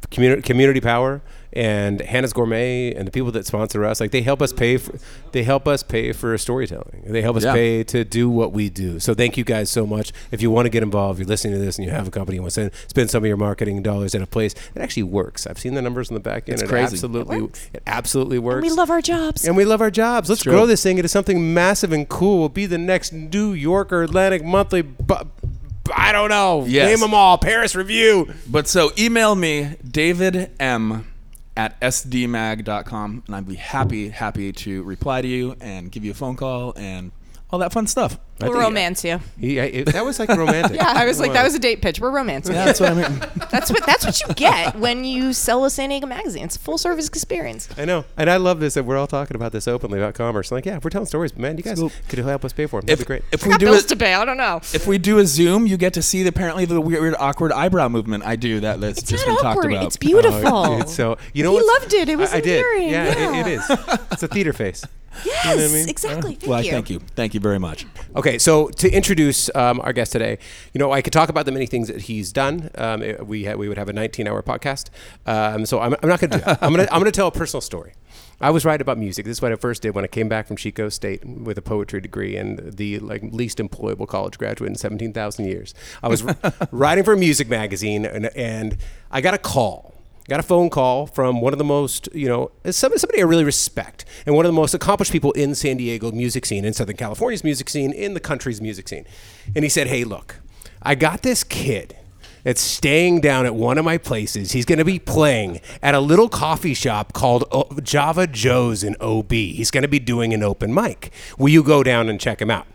S3: community community power and Hannah's Gourmet and the people that sponsor us, like they help us pay for they help us pay for storytelling. They help us
S1: Yeah.
S3: pay to do what we do. So thank you guys so much. If you want to get involved, you're listening to this and you have a company and want to spend some of your marketing dollars at a place that actually works. I've seen the numbers on the back end. It's
S1: crazy.
S3: Absolutely,
S2: It
S3: it,
S2: works.
S3: absolutely works.
S2: we love our jobs.
S3: And we love our jobs. Let's grow this thing into something massive and cool. Be the next New York or Atlantic Monthly. Bu- I don't know.
S1: Yes.
S3: Name them all. Paris Review.
S1: But so email me, David M at sdmag.com, and I'd be happy, happy to reply to you and give you a phone call and all that fun stuff.
S2: We'll romance you.
S3: He, I, it- that was like romantic.
S2: Yeah, I was like, that was a date pitch. We're romancing. you.
S1: what I mean.
S2: That's what that's what you get when you sell a San Diego magazine. It's a full service experience.
S3: I know, and I love this that we're all talking about this openly about commerce. Like, yeah, if we're telling stories, man, you guys
S1: cool.
S3: could help us pay for them. That'd
S1: if,
S3: be great.
S1: if
S2: I
S1: we
S2: got
S1: do
S2: bills
S1: it,
S2: to pay. I don't know.
S1: if we do a Zoom, you get to see the, apparently the weird, awkward eyebrow movement I do that that's
S2: It's
S1: just
S2: not
S1: been
S2: awkward.
S1: talked about.
S2: It's beautiful.
S3: Dude, Oh, so you know
S2: He
S3: what's-
S2: loved it. It was
S3: I, I did.
S2: endearing.
S3: Yeah,
S2: Yeah.
S3: It, it is. It's a theater face.
S2: yes,
S3: know what I mean?
S2: exactly. Thank
S1: well, I
S2: you.
S1: thank you, thank you very much.
S3: Okay, so to introduce um, our guest today, you know, I could talk about the many things that he's done. Um, it- we ha- we would have a 19-hour podcast. Um, so I'm, I'm not going to do that. I'm going to I'm going to tell a personal story. I was right about music. This is what I first did when I came back from Chico State with a poetry degree and the like least employable college graduate in 17,000 years. I was writing for a music magazine and, and I got a call got a phone call from one of the most you know somebody, somebody i really respect and one of the most accomplished people in san diego music scene in southern california's music scene in the country's music scene and he said hey look i got this kid that's staying down at one of my places he's going to be playing at a little coffee shop called O- java joe's in ob he's going to be doing an open mic will you go down and check him out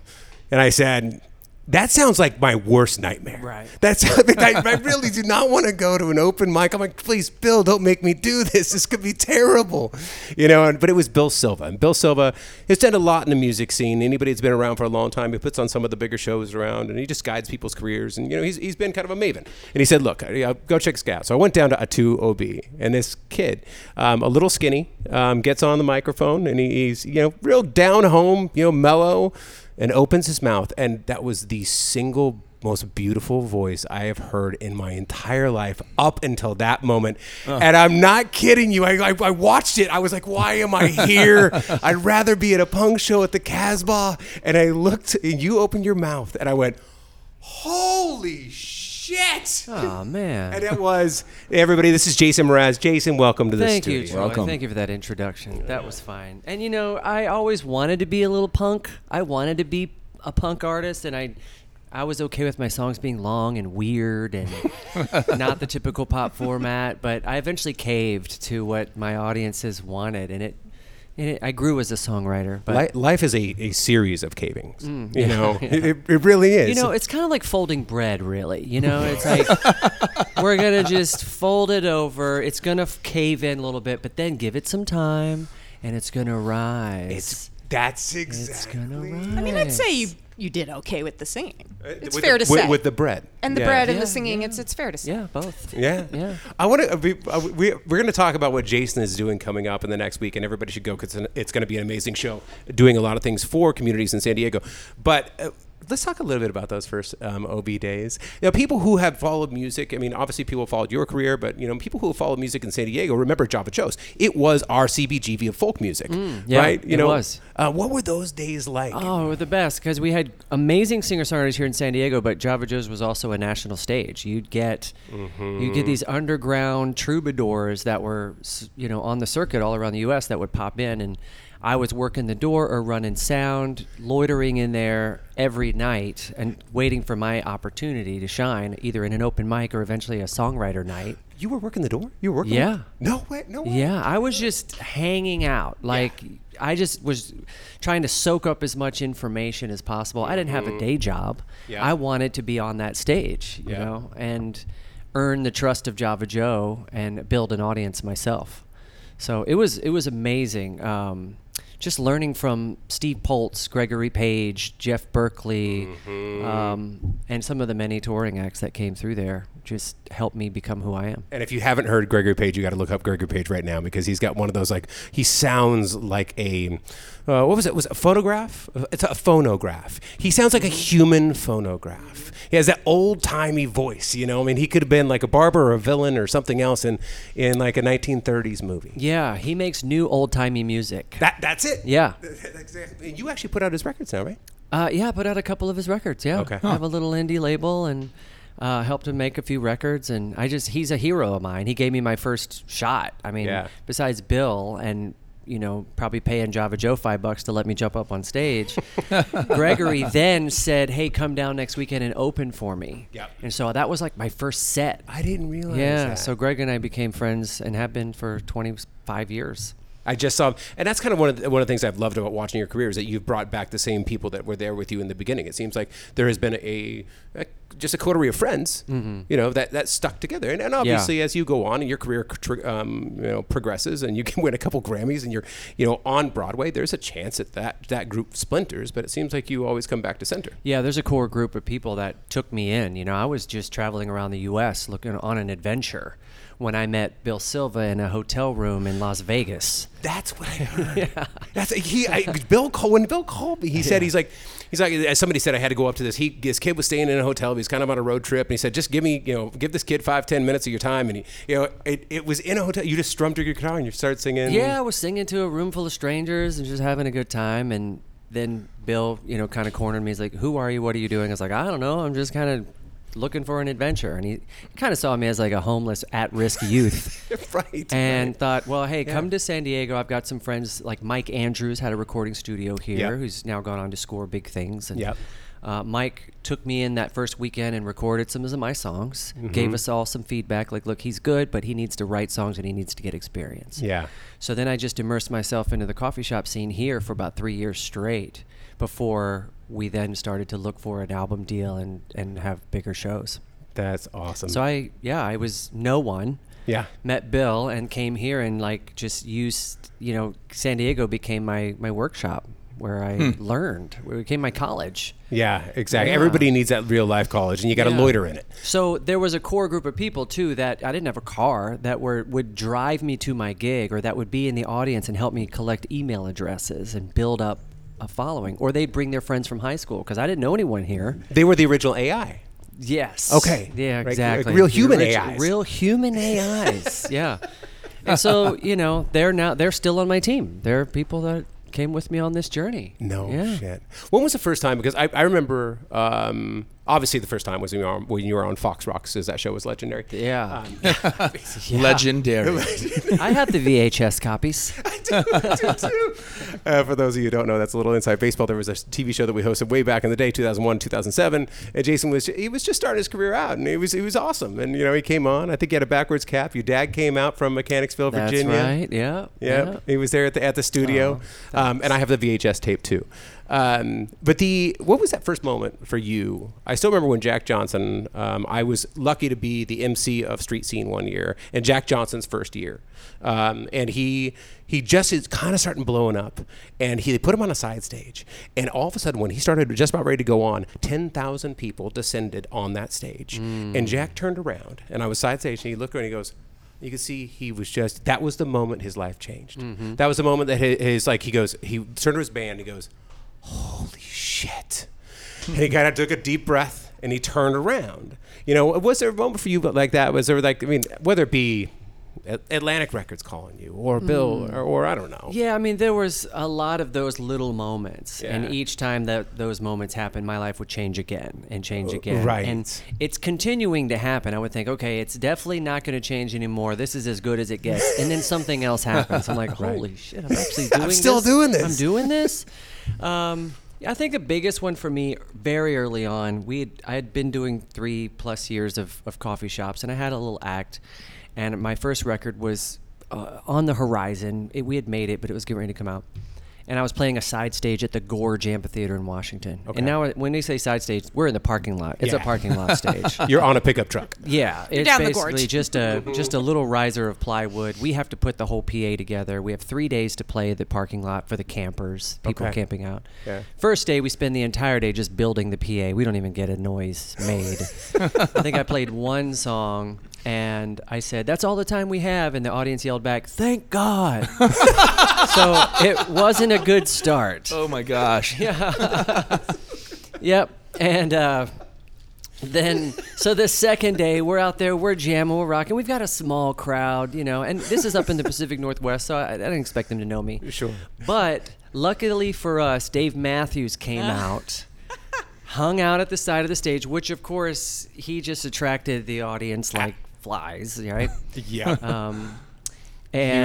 S3: and i said that sounds like my worst nightmare. Right. That's I, mean, I, I really do not want to go to an open mic. I'm like, please, Bill, don't make me do this. This could be terrible, you know. And, but it was Bill Silva, and Bill Silva has done a lot in the music scene. Anybody that's been around for a long time, he puts on some of the bigger shows around, and he just guides people's careers. And you know, he's, he's been kind of a maven. And he said, look, I, I, go check this guy out. So I went down to Atu OB, and this kid, um, a little skinny, um, gets on the microphone, and he, he's you know real down home, you know, mellow and opens his mouth and that was the single most beautiful voice I have heard in my entire life up until that moment. And I'm not kidding you. I, I, I watched it. I was like, why am I here? I'd rather be at a punk show at the Casbah. And I looked, and you opened your mouth, and I went, holy shit.
S4: Oh man!
S3: And it was, everybody, this is Jason Mraz. Jason, welcome to the
S4: Thank
S3: studio.
S4: you, Troy.
S1: Welcome.
S4: Thank you for that introduction. That was fine. And you know, I always wanted to be a little punk. I wanted to be a punk artist, and I, I was okay with my songs being long and weird and not the typical pop format. But I eventually caved to what my audiences wanted, and it, and it I grew as a songwriter. But
S3: Li- Life is a, a series of cavings. you know, it, it- it really is.
S4: Mm, You know, it's kind of like folding bread, really. You know, it's like we're gonna just fold it over. It's gonna f- cave in a little bit, but then give it some time, and it's gonna rise.
S3: It's that's
S4: It's
S3: exactly.
S4: gonna rise.
S2: I mean, I'd say you you did okay with the singing. It's
S3: With
S2: fair
S3: the-
S2: to
S3: with,
S2: say.
S3: with the bread
S2: and the
S3: Yeah.
S2: bread and
S4: Yeah,
S2: the singing, it's it's fair to say.
S4: yeah, both.
S3: Yeah,
S4: Yeah.
S3: I want to. We, uh, we we're going to talk about what Jason is doing coming up in the next week, and everybody should go because it's going to be an amazing show, doing a lot of things for communities in San Diego. But uh, let's talk a little bit about those first um, OB days. You know, people who have followed music. I mean, obviously, people followed your career, but you know, people who have followed music in San Diego remember Java Joe's. It was our CBGV of folk music,
S4: yeah,
S3: right? You
S4: it
S3: know,
S4: was.
S3: Uh, what were those days like?
S4: Oh, we're the best because we had amazing singer-songwriters here in San Diego, but Java Joe's was also a national stage. You'd get you get these underground troubadours that were s- you know on the circuit all around the U.S. that would pop in, and I was working the door or running sound, loitering in there every night and waiting for my opportunity to shine, either in an open mic or eventually a songwriter night.
S3: You were working the door. You were working.
S4: Yeah.
S3: No way. No way.
S4: Yeah, I was just hanging out. Like I just was trying to soak up as much information as possible. I didn't have a day job.
S3: Mm-hmm. Yeah.
S4: I wanted to be on that stage, you
S3: Yeah.
S4: know, and earn the trust of Java Joe and build an audience myself. So it was it was amazing. Um, just learning from Steve Poltz, Gregory Page, Jeff Berkeley,
S3: Mm-hmm.
S4: um, and some of the many touring acts that came through there just helped me become who I am.
S3: And if you haven't heard Gregory Page, you got to look up Gregory Page right now because he's got one of those like he sounds like a uh, what was it? Was it a photograph? It's a phonograph. He sounds like a human phonograph. He has that old timey voice, you know. I mean, he could have been like a barber or a villain or something else in in like a 1930s movie.
S4: Yeah, he makes new old timey music.
S3: That that's it.
S4: Yeah.
S3: Exactly. You actually put out his records now, right?
S4: Uh, yeah, I put out a couple of his records. Yeah,
S3: Okay.
S4: I have a little indie label and uh, helped him make a few records. And I just he's a hero of mine. He gave me my first shot. I mean,
S3: Yeah.
S4: besides Bill and you know probably paying Java Joe five bucks to let me jump up on stage, Gregory then said, "Hey, come down next weekend and open for me."
S3: Yep.
S4: And so that was like my first set.
S3: I didn't realize.
S4: yeah.
S3: that.
S4: So Greg and I became friends and have been for twenty five years.
S3: I just saw, and that's kind of one of the, one of the things I've loved about watching your career is that you've brought back the same people that were there with you in the beginning. It seems like there has been a, a just a coterie of friends, you know, that that stuck together. And, and obviously, as you go on and your career tr- um, you know progresses, and you can win a couple Grammys, and you're you know on Broadway, there's a chance that that that group splinters. But it seems like you always come back to center.
S4: Yeah, there's a core group of people that took me in. You know, I was just traveling around the U.S. looking on an adventure when I met Bill Silva in a hotel room in Las Vegas.
S3: That's what I heard. That's he. I, Bill called when Bill called me. He said he's like, he's like. As somebody said, I had to go up to this. He this kid was staying in a hotel. He was kind of on a road trip, and he said, just give me, you know, give this kid five ten minutes of your time. And he, you know, it, it was in a hotel. You just strummed your guitar and you started singing.
S4: Yeah, I was singing to a room full of strangers and just having a good time. And then Bill, you know, kind of cornered me. He's like, "Who are you? What are you doing?" I was like, "I don't know. I'm just kind of looking for an adventure." And he kind of saw me as like a homeless, at-risk youth.
S3: right.
S4: and thought, well, hey, come to San Diego. I've got some friends like Mike Andrews had a recording studio here,
S3: Yep.
S4: who's now gone on to score big things. And
S3: Yep.
S4: uh, Mike took me in that first weekend and recorded some of my songs. Gave us all some feedback, like, look, he's good, but he needs to write songs and he needs to get experience.
S3: yeah.
S4: So then I just immersed myself into the coffee shop scene here for about three years straight before we then started to look for an album deal and, and have bigger shows.
S3: That's awesome.
S4: So I, yeah, I was no one
S3: yeah.
S4: met Bill and came here and like just used you know San Diego became my my workshop where I learned where it became my college.
S3: Yeah. Exactly. Everybody needs that real life college, and you got to
S4: Yeah.
S3: loiter in it.
S4: So there was a core group of people too that I didn't have a car that were would drive me to my gig or that would be in the audience and help me collect email addresses and build up a following or they'd bring their friends from high school because I didn't know anyone here.
S3: They were the original AI.
S4: Yes.
S3: Okay.
S4: Yeah,
S3: Right, like
S4: exactly.
S3: real
S4: The
S3: human
S4: orig-
S3: AIs.
S4: Real human AIs. yeah. And so, you know, they're now they're still on my team. They're people that came with me on this journey.
S3: No
S4: yeah.
S3: shit. When was the first time? Because I, I remember, um, obviously, the first time was when you were on, when you were on Fox Rocks, because that show was legendary. Um,
S4: Yeah.
S1: Legendary.
S4: I have the VHS copies.
S3: Uh, for those of you who don't know, that's a little inside baseball. There was a TV show that we hosted way back in the day, 2001, 2007. And Jason was he was just starting his career out, and he was he was awesome. And you know, he came on. I think he had a backwards cap. Your dad came out from Mechanicsville,
S4: That's
S3: Virginia.
S4: right. Yeah.
S3: Yeah, he was there at the at the studio, um, and I have the VHS tape too. Um, but the what was that first moment for you? I still remember when Jack Johnson. Um, I was lucky to be the MC of Street Scene one year, and Jack Johnson's first year, um, and he he just is kind of starting blowing up, and he they put him on a side stage, and all of a sudden when he started just about ready to go on, ten thousand people descended on that stage, and Jack turned around, and I was side stage, and he looked around, and he goes. You could see he was just that was the moment his life changed. That was the moment that his, his like he goes he turned to his band and he goes, "Holy shit!" and he kind of took a deep breath and he turned around. You know, was there a moment for you but like that? Was there like I mean, whether it be A- Atlantic Records calling you or Bill or, or I don't know.
S4: Mm. Yeah, I mean, there was a lot of those little moments,
S3: Yeah.
S4: and each time that those moments happened, my life would change again and change again.
S3: Uh, right.
S4: and it's continuing to happen. I would think, okay, it's definitely not going to change anymore. This is as good as it gets, and then something else happens. I'm like, holy shit, I'm actually doing.
S3: still
S4: this?
S3: doing this.
S4: I'm doing this. Um, yeah, I think the biggest one for me, very early on, we had, I had been doing three plus years of, of coffee shops, and I had a little act, and my first record was uh, on the horizon. It, we had made it, but it was getting ready to come out, and I was playing a side stage at the Gorge Amphitheater in Washington. And now, when they say side stage, we're in the parking lot. It's a
S3: Yeah.
S4: parking lot stage.
S3: You're on a pickup truck.
S4: Yeah, it's
S2: down the
S4: basically
S2: gorge.
S4: just a just a little riser of plywood. We have to put the whole PA together. We have three days to play the parking lot for the campers, people
S3: Okay.
S4: camping out.
S3: Yeah.
S4: First day, we spend the entire day just building the PA. We don't even get a noise made. I think I played one song, and I said, "That's all the time we have," and the audience yelled back, "Thank God!" so it wasn't a good start.
S1: Oh my gosh. Yeah.
S4: Yep. And uh, then, so the second day, we're out there, we're jamming, we're rocking. We've got a small crowd, you know, and this is up in the Pacific Northwest, so I, I didn't expect them to know me.
S3: Sure.
S4: But luckily for us, Dave Matthews came
S3: Ah.
S4: out. Hung out at the side of the stage, which of course he just attracted the audience like flies, right?
S3: Yeah.
S4: Um, and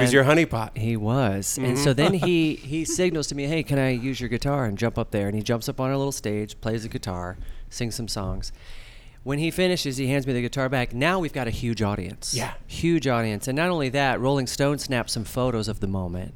S3: he was your honeypot.
S4: he was, and so then he
S3: Mm-hmm.
S4: he signals to me, "Hey, can I use your guitar and jump up there?" And he jumps up on our little stage, plays the guitar, sings some songs. When he finishes, he hands me the guitar back. Now we've got a huge audience.
S3: Yeah.
S4: huge audience, and not only that, Rolling Stone snapped some photos of the moment,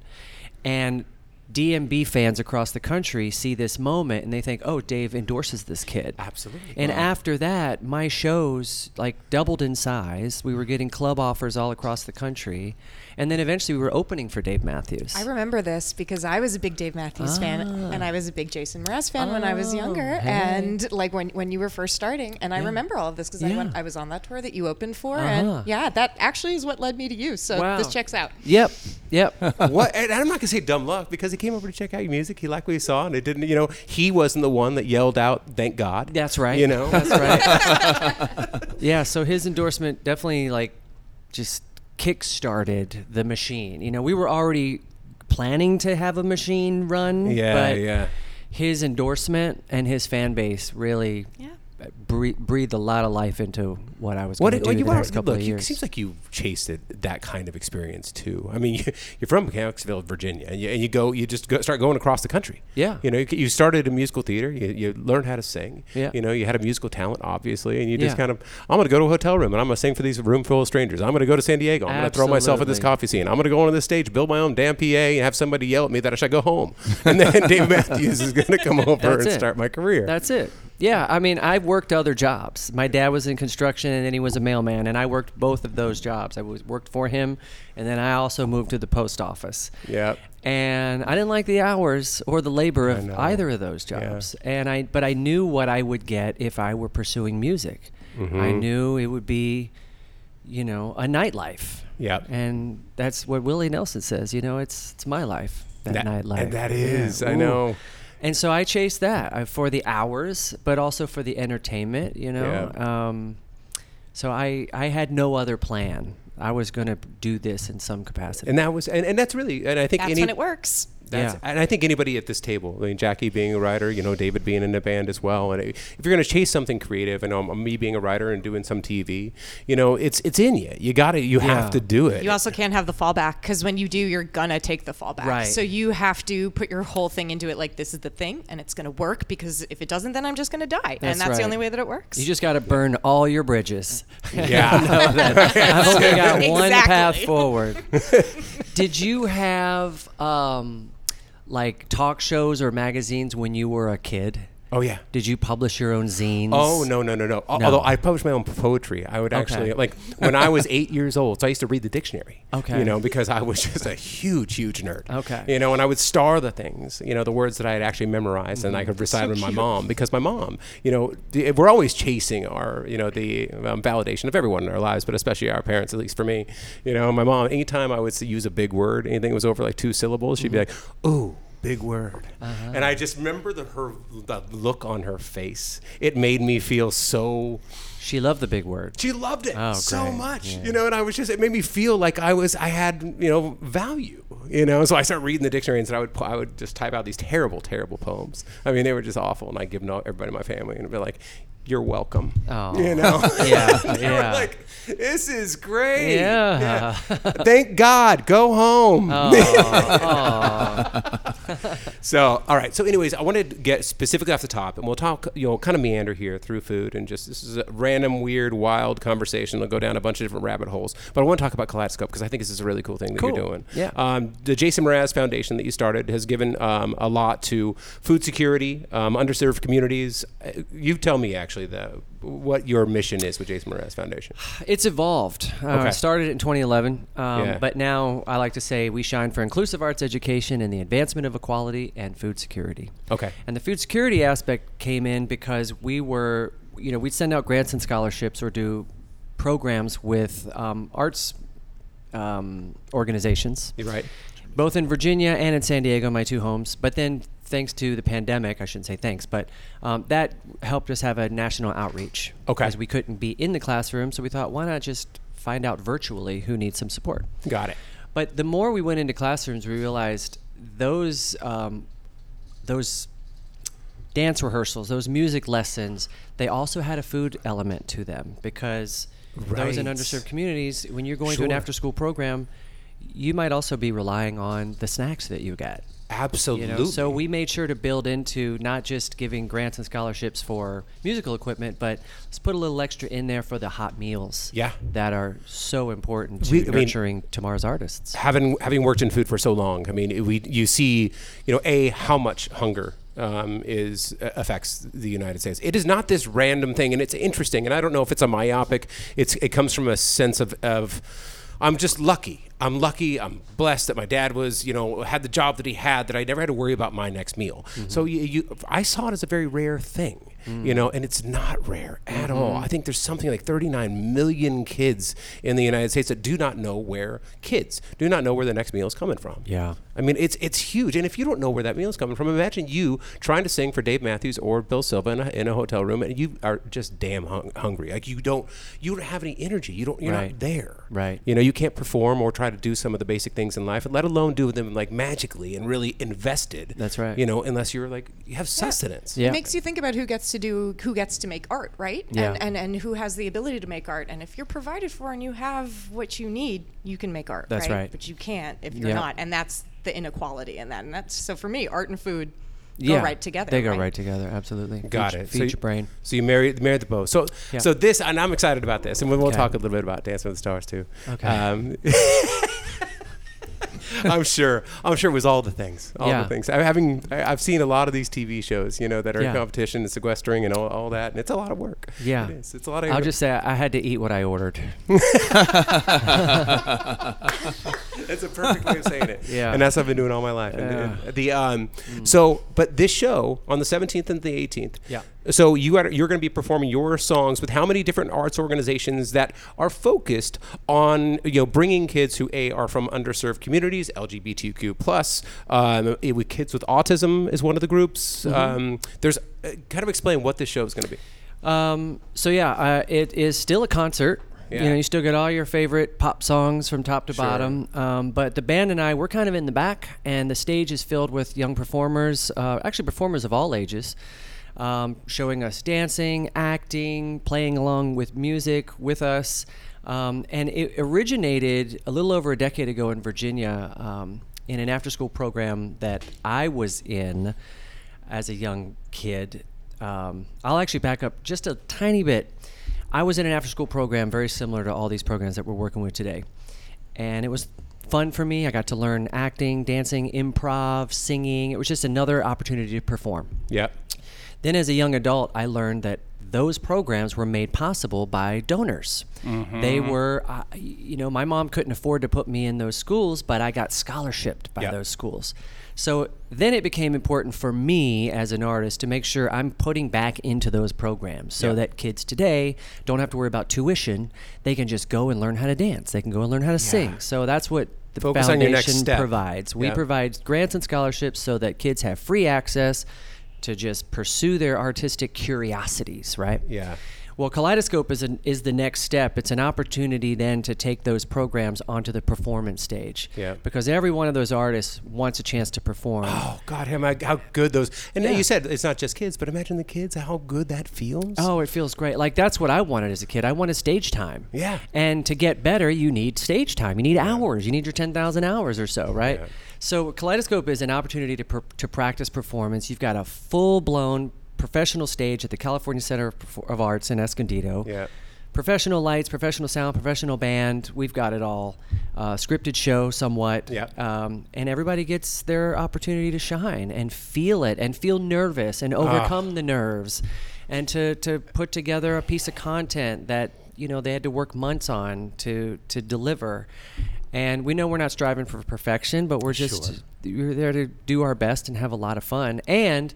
S4: and DMB fans across the country see this moment and they think, "Oh, Dave endorses this kid."
S3: Absolutely.
S4: And after that, my shows like doubled in size. We were getting club offers all across the country, and then eventually we were opening for Dave Matthews.
S2: I remember this because I was a big Dave Matthews fan and I was a big Jason Mraz fan when I was younger
S4: hey.
S2: and like when, when you were first starting and I remember all of this because I went
S4: Yeah.
S2: I was on that tour that you opened for
S4: Uh-huh.
S2: and yeah that actually is what led me to you so
S4: Wow.
S2: this checks out.
S4: Yep, yep.
S3: what? And I'm not gonna say dumb luck because he came over to check out your music. He liked what he saw, and it didn't. You know, he wasn't the one that yelled out "Thank God."
S4: That's right.
S3: You know.
S4: that's right. yeah, so his endorsement definitely like just kick-started the machine. You know, we were already planning to have a machine run.
S3: Yeah,
S4: but
S3: yeah.
S4: His endorsement and his fan base really
S2: Yeah.
S4: bre- breathed a lot of life into what I was
S3: What,
S4: going to do
S3: what you
S4: the
S3: are,
S4: next couple
S3: look,
S4: of
S3: you- it
S4: years.
S3: seems like you chased it, that kind of experience too. I mean, you, you're from Mechanicsville, Virginia, and you, and you go, you just go, start going across the country.
S4: Yeah.
S3: you know, you, you started in musical theater, you, you learned how to sing.
S4: Yeah.
S3: you know, you had a musical talent, obviously, and you just
S4: Yeah.
S3: kind of, I'm going to go to a hotel room and I'm going to sing for these room full of strangers. I'm going to go to San Diego. I'm going to throw myself at this
S4: Absolutely.
S3: coffee scene. I'm going to go onto this stage, build my own damn PA, and have somebody yell at me that I should go home. And then Dave Matthews is going to come over
S4: That's
S3: and
S4: it.
S3: start my career.
S4: That's it. Yeah, I mean, I worked other jobs. My dad was in construction, and then he was a mailman, and I worked both of those jobs. I was worked for him, and then I also moved to the post office.
S3: Yep.
S4: And I didn't like the hours or the labor of
S3: know.
S4: either of those jobs. And I, but I knew what I would get if I were pursuing music. I
S3: Mm-hmm.
S4: knew it would be, you know, a nightlife.
S3: Yep.
S4: And that's what Willie Nelson says. You know, it's it's my life that,
S3: That-
S4: nightlife.
S3: and that is, I
S4: Ooh.
S3: know.
S4: And so I chased that uh, for the hours, but also for the entertainment, you know. Um, so I I had no other plan. I was going to do this in some capacity.
S3: And that was, and, and that's really, and I think
S2: That's
S3: any,
S2: when it works.
S3: That's,
S4: Yeah.
S3: And I think anybody at this table, I mean, Jackie being a writer, you know, David being in a band as well. And if you're going to chase something creative, and um, me being a writer and doing some TV, you know, it's it's in you. You got to, you have
S4: Yeah.
S3: to do it.
S2: You also can't have the fallback because when you do, you're gonna take the fallback.
S4: Right.
S2: So you have to put your whole thing into it. Like this is the thing, and it's gonna work because if it doesn't, then I'm just gonna die, and
S4: That's
S2: that's
S4: right.
S2: the only way that it works.
S4: you just got to burn all your bridges.
S3: yeah.
S4: I've only got one
S2: Exactly.
S4: path forward. Did you have um, like talk shows or magazines when you were a kid?
S3: oh yeah.
S4: Did you publish your own zines?
S3: Oh no no no no. Al-
S4: No.
S3: Although I published my own poetry, I would actually like when I was eight years old. So I used to read the dictionary.
S4: Okay.
S3: You know because I was just a huge huge nerd.
S4: Okay.
S3: You know, and I would star the things. You know, the words that I had actually memorized, and I could recite with my mom because my mom. You know, the, we're always chasing our you know the um, validation of everyone in our lives, but especially our parents. At least for me, you know, my mom. Anytime I would s- use a big word, anything that was over like two syllables, she'd be like, "Ooh." big word. And I just remember the her the look on her face. It made me feel so
S4: She loved the big word.
S3: she loved it
S4: Oh,
S3: so
S4: great.
S3: much.
S4: Yeah.
S3: You know, and I was just it made me feel like I was I had, you know, value. You know, so I started reading the dictionary and I would pu- I would just type out these terrible terrible poems. I mean, they were just awful and I'd give them to everybody in my family and I'd be like you're welcome.
S4: Oh.
S3: You know,
S4: Yeah,
S3: They were
S4: yeah.
S3: like this is great.
S4: Yeah. Oh.
S3: Thank God. Go home. so, all right. So, anyways, I wanted to get specifically off the top, and we'll talk, you know, kind of meander here through food and just this is a random, weird, wild conversation. It'll go down a bunch of different rabbit holes. But I want to talk about Kaleidoscope because I think this is a really cool thing that you're
S4: Cool.
S3: doing.
S4: Yeah.
S3: Um, the Jason Mraz Foundation that you started has given um, a lot to food security, um, underserved communities. Uh, You tell me, actually, the, what your mission is with Jason Mraz Foundation.
S4: It's evolved. Uh,
S3: Okay.
S4: Started in 2011, um,
S3: Yeah.
S4: but now I like to say we shine for inclusive arts education and the advancement of equality and food security.
S3: Okay.
S4: And the food security aspect came in because we were, you know, we'd send out grants and scholarships or do programs with um, arts um, organizations
S3: You're right.
S4: both in Virginia and in San Diego, my two homes. But then, thanks to the pandemic, I shouldn't say thanks, but um, that helped us have a national outreach.
S3: Okay.
S4: Because we couldn't be in the classroom, so we thought, why not just find out virtually who needs some support?
S3: Got it.
S4: But the more we went into classrooms, we realized those um, those dance rehearsals, those music lessons, they also had a food element to them because those in
S3: Right.
S4: underserved communities, when you're going to an
S3: Sure.
S4: after-school program, you might also be relying on the snacks that you get.
S3: Absolutely.
S4: You know, so we made sure to build into not just giving grants and scholarships for musical equipment, but let's put a little extra in there for the hot meals
S3: Yeah.
S4: that are so important to
S3: We- I mean-
S4: nurturing tomorrow's artists.
S3: having having worked in food for so long, I mean, we you see, you know, a how much hunger um, is uh, affects the United States. It is not this random thing, and it's interesting. And I don't know if it's a myopic. It's it comes from a sense of of I'm just lucky. I'm lucky. I'm blessed that my dad was, you know, had the job that he had. That I never had to worry about my next meal. So you, you, I saw it as a very rare thing, you know, and it's not rare at all.
S4: Mm-hmm.
S3: I think there's something like 39 million kids in the United States that do not know where kids do not know where their next meal is coming from.
S4: Yeah.
S3: I mean, it's it's huge. And if you don't know where that meal is coming from, imagine you trying to sing for Dave Matthews or Bill Silva in a, in a hotel room, and you are just damn hung, hungry. Like you don't you don't have any energy. You don't you're not
S4: Right.
S3: there.
S4: Right.
S3: You know, you can't perform or try to do some of the basic things in life, let alone do them like magically and really invested.
S4: That's right.
S3: You know, unless you're like you have sustenance.
S4: Yeah.
S2: It makes you think about who gets to do, who gets to make art, right?
S4: Yeah.
S2: And, and and who has the ability to make art. And if you're provided for and you have what you need, you can make art.
S4: That's right.
S2: But you can't if you're
S4: Yeah.
S2: not, and that's the inequality in that. And that's so for me, art and food go
S4: yeah,
S2: right together.
S4: They go right, together. Absolutely.
S3: Got
S4: feed,
S3: it.
S4: Feed
S3: so
S4: your
S3: you,
S4: brain.
S3: So you married married the bow. So
S4: Yeah.
S3: so this, and I'm excited about this, and we'll, we'll
S4: Okay.
S3: talk a little bit about Dance with the Stars too.
S4: Okay.
S3: Um, I'm sure. I'm sure it was all the things. All
S4: Yeah.
S3: the things. I, having I, I've seen a lot of these TV shows, you know, that are
S4: Yeah.
S3: competition and sequestering and all, all that, and it's a lot of work.
S4: Yeah.
S3: It is. It's a lot of.
S4: I'll just say I I had to eat what I ordered.
S3: It's a perfect way of saying it.
S4: Yeah.
S3: And that's what I've been doing all my life. And-
S4: Yeah. Mm.
S3: and the um, so, but this show on the 17th and the 18th.
S4: Yeah.
S3: So you are you're going to be performing your songs with how many different arts organizations that are focused on you know bringing kids who a are from underserved communities, LGBTQ plus, um, eh, with kids with autism is one of the groups.
S4: Mm-hmm.
S3: Um, there's uh, kind of explain what this show is going to be.
S4: Um, so yeah, uh, it is still a concert.
S3: Yeah.
S4: You know, you still get all your favorite pop songs from top to
S3: Sure.
S4: bottom. Um, but the band and I, we're kind of in the back, and the stage is filled with young performers, uh, actually performers of all ages, um, showing us dancing, acting, playing along with music with us. Um, and it originated a little over a decade ago in Virginia um, in an after-school program that I was in as a young kid. Um, I'll actually back up just a tiny bit. I was in an after school program very similar to all these programs that we're working with today. And it was fun for me. I got to learn acting, dancing, improv, singing. It was just another opportunity to perform.
S3: Yeah.
S4: Then, as a young adult, I learned that those programs were made possible by donors. They
S3: Mm-hmm.
S4: were, uh, you know, my mom couldn't afford to put me in those schools, but I got scholarshiped by
S3: Yeah.
S4: those schools. So then it became important for me as an artist to make sure I'm putting back into those programs so
S3: Yeah.
S4: that kids today don't have to worry about tuition. They can just go and learn how to dance, they can go and learn how to sing. So that's what the
S3: Focus on your
S4: foundation
S3: next step.
S4: provides. We
S3: Yeah.
S4: provide provides grants and scholarships so that kids have free access to just pursue their artistic curiosities, right?
S3: Yeah.
S4: Well, Kaleidoscope is an, is the next step. It's an opportunity then to take those programs onto the performance stage.
S3: Yeah.
S4: Because every one of those artists wants a chance to perform.
S3: Oh God, how, how good those! And
S4: Yeah.
S3: you said it's not just kids, but imagine the kids how good that feels.
S4: Oh, it feels great. Like that's what I wanted as a kid. I wanted stage time.
S3: Yeah.
S4: And to get better, you need stage time. You need hours. You need your 10,000 hours or so, right? So Kaleidoscope is an opportunity to per- to practice performance. You've got a full-blown professional stage at the California Center of, Perfor- of Arts in Escondido.
S3: Yeah.
S4: Professional lights, professional sound, professional band. We've got it all. Uh, scripted show, somewhat.
S3: Yeah.
S4: Um, and everybody gets their opportunity to shine and feel it and feel nervous and overcome the nerves and to, to put together a piece of content that you know they had to work months on to to deliver and we know we're not striving for perfection but we're just we're there to do our best and have a lot of fun and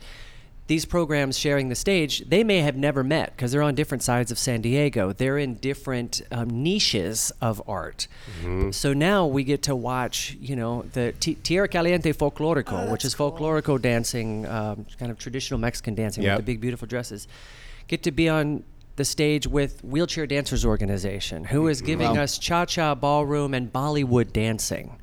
S4: these programs sharing the stage they may have never met because they're on different sides of san diego they're in different um, niches of art so now we get to watch you know the Ti- tierra caliente folklorico which is folklorico dancing um, kind of traditional mexican dancing
S3: Yep.
S4: with the big beautiful dresses get to be on the stage with wheelchair dancers organization who is giving us cha-cha ballroom and bollywood dancing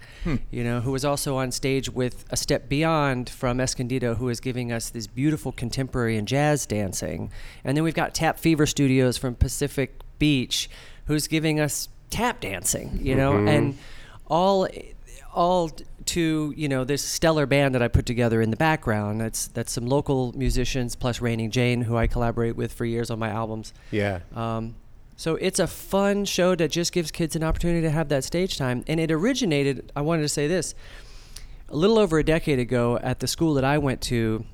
S4: you know who is also on stage with a step beyond from escondido who is giving us this beautiful contemporary and jazz dancing and then we've got tap fever studios from pacific beach who's giving us tap dancing you know and all all to you know this stellar band that I put together in the background. That's that's some local musicians plus Raining Jane, who I collaborate with for years on my albums.
S3: yeah.
S4: Um, so it's a fun show that just gives kids an opportunity to have that stage time. And it originated. I wanted to say this a little over a decade ago at the school that I went to,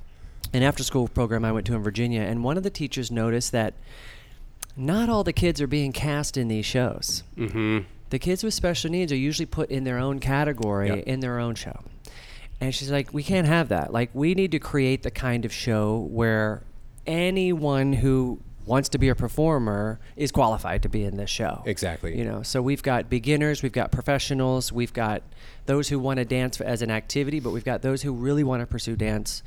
S4: an after school program I went to in Virginia, and one of the teachers noticed that not all the kids are being cast in these shows. Mm-hmm. The kids with special needs are usually put in their own category
S3: Yeah.
S4: in their own show. And she's like, we can't have that. Like, we need to create the kind of show where anyone who wants to be a performer is qualified to be in this show.
S3: Exactly.
S4: You know, know, so we've got beginners, we've got professionals, we've got those who want to dance for, as an activity, but we've got those who really want to pursue dance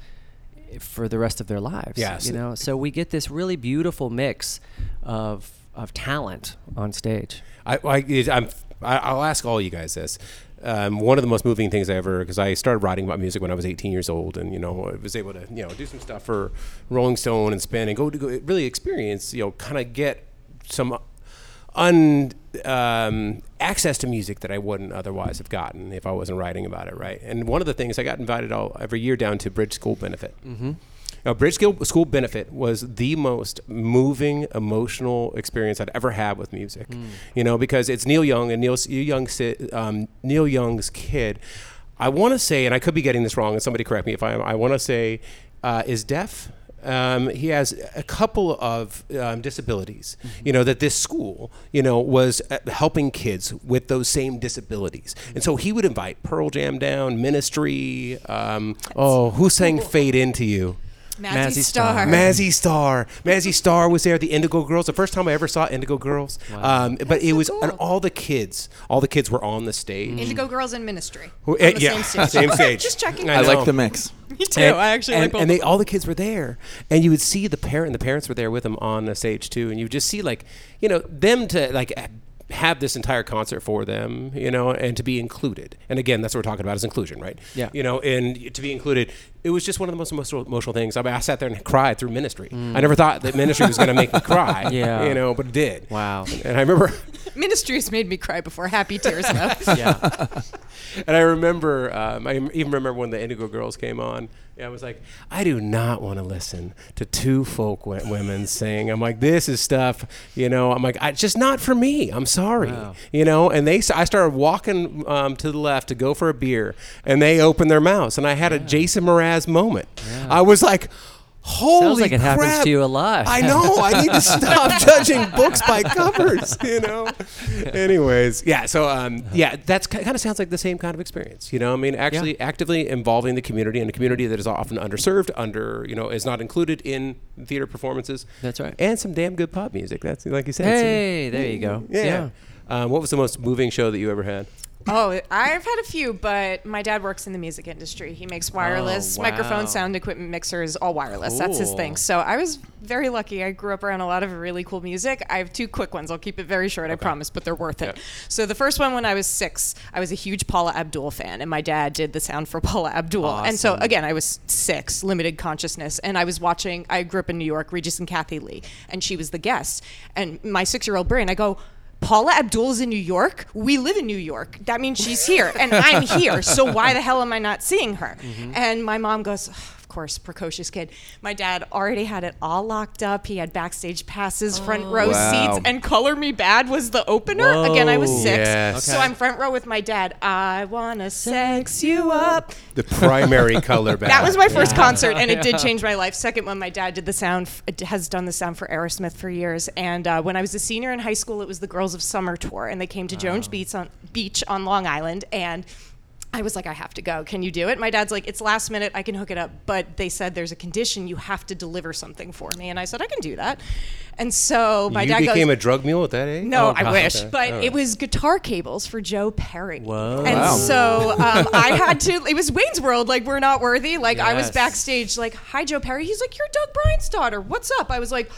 S4: for the rest of their lives.
S3: Yes.
S4: You know, so we get this really beautiful mix of of talent on stage.
S3: I, I, I'm, I- I'll ask all you guys this. Um, one of the most moving things I ever, because I started writing about music when I was 18 years old, and you know, I was able to, you know, do some stuff for Rolling Stone and Spin, and go to go really experience, you know, kind of get some un um, access to music that I wouldn't otherwise have gotten if I wasn't writing about it, right? And one of the things I got invited all every year down to Bridge School Benefit. Mm-hmm. A bridge school, school benefit was the most moving, emotional experience I'd ever had with music. You know, because it's Neil Young and Neil Young, um, Neil Young's kid. I want to say, and I could be getting this wrong, and somebody correct me if I am. I want to say, uh, is deaf. Um, he has a couple of um, disabilities. You know that this school, you know, was uh, helping kids with those same disabilities, and so he would invite Pearl Jam down, Ministry. Um, oh, who sang "Fade Into You"?
S2: Mazzy
S4: Mazzy
S2: Star.
S4: Star.
S3: Mazzy Star. Mazzy Star was there. The Indigo Girls. The first time I ever saw Indigo Girls. Um, but it was, and all the kids, all the kids were on the stage.
S2: Indigo Girls in Ministry.
S3: Who-
S2: On
S3: eh,
S2: the
S3: yeah,
S2: same stage.
S3: same stage.
S2: Just checking.
S3: I
S1: I,
S2: Me
S1: like
S3: know.
S1: the mix.
S2: too.
S3: And-
S2: I actually
S3: and,
S2: like both.
S3: and they all the kids were there, and you would see the parent and the parents were there with them on the stage too, and you would just see like, you know, them to like have this entire concert for them, you know, and to be included. And again, that's what we're talking about is inclusion, right?
S4: Yeah.
S3: You know, and to be included, it was just one of the most emotional, emotional things. I, mean, I sat there and cried through ministry.
S2: Mm.
S3: I never thought that ministry was going to make me cry.
S4: Yeah.
S3: You know, but it did.
S4: Wow.
S3: And I remember.
S2: Ministry has made me cry before. Happy tears though.
S4: Yeah.
S3: And I remember, um, I even remember when the Indigo Girls came on. Yeah, I was like, I do not want to listen to two folk w- women sing. I'm like, this is stuff, you know. I'm like, I, just not for me. I'm sorry,
S4: Wow.
S3: you know. And they, s- I started walking um, to the left to go for a beer, and they opened their mouths, and I had a Jason Mraz moment. I was like. Holy
S4: like it happens
S3: crap.
S4: to you a lot.
S3: I know. Oh, I need to stop judging books by covers. You know. Anyways, yeah. So, um, yeah, that's kind of sounds like the same kind of experience. You know, I mean, actually, actively involving the community and a community that is often underserved, under you know, is not included in theater performances.
S4: That's right.
S3: And some damn good pop music. That's like you said. some-
S4: hey, there you go.
S3: yeah. Um, what was the most moving show that you ever had?
S2: Oh, I've had a few, but my dad works in the music industry. He makes wireless
S4: Oh, wow.
S2: microphone, sound equipment, mixers, all wireless. That's his
S4: Cool.
S2: thing. So I was very lucky. I grew up around a lot of really cool music. I have two quick ones. I'll keep it very short, I promise, but they're worth it.
S3: Yeah.
S2: So the first one, when I was six, I was a huge Paula Abdul fan, and my dad did the sound for Paula Abdul. And so again, I was six, limited consciousness, and I was watching. I grew up in New York, Regis and Kathy Lee, and she was the guest. And my six-year-old brain, I go. Paula Abdul's in New York. We live in New York. That means she's here and I'm here. So why the hell am I not seeing her? And my mom goes, "Ugh, of course, precocious kid. My dad already had it all locked up. He had backstage passes, front row
S1: Wow.
S2: seats, and Color Me Bad was the opener. Again, I was
S4: Whoa.
S2: six.
S3: Yes.
S2: So
S4: Okay.
S2: I'm front row with my dad. I wanna sex you up.
S3: The primary color back.
S2: That was my first concert, and it did change my life. Second one, my dad did the sound, f- has done the sound for Aerosmith for years. And uh, when I was a senior in high school, it was the Girls of Summer tour, and they came to Jones Beach on Beach on Long Island, and. I was like, I have to go. Can you do it? My dad's like, it's last minute. I can hook it up. But they said there's a condition. You have to deliver something for me. And I said, I can do that. And so my
S3: you
S2: dad goes,
S3: became a drug mule at that age?
S2: no,
S4: Oh,
S2: I
S4: God.
S2: wish.
S3: Okay.
S2: But
S3: All
S2: it
S3: right.
S2: was guitar cables for Joe Perry.
S4: Whoa.
S2: And
S1: Wow.
S2: so um, I had to, it was Wayne's World, like, we're not worthy. Like, I was
S4: Yes.
S2: backstage, like, hi, Joe Perry. He's like, you're Doug Bryant's daughter. What's up? I was like,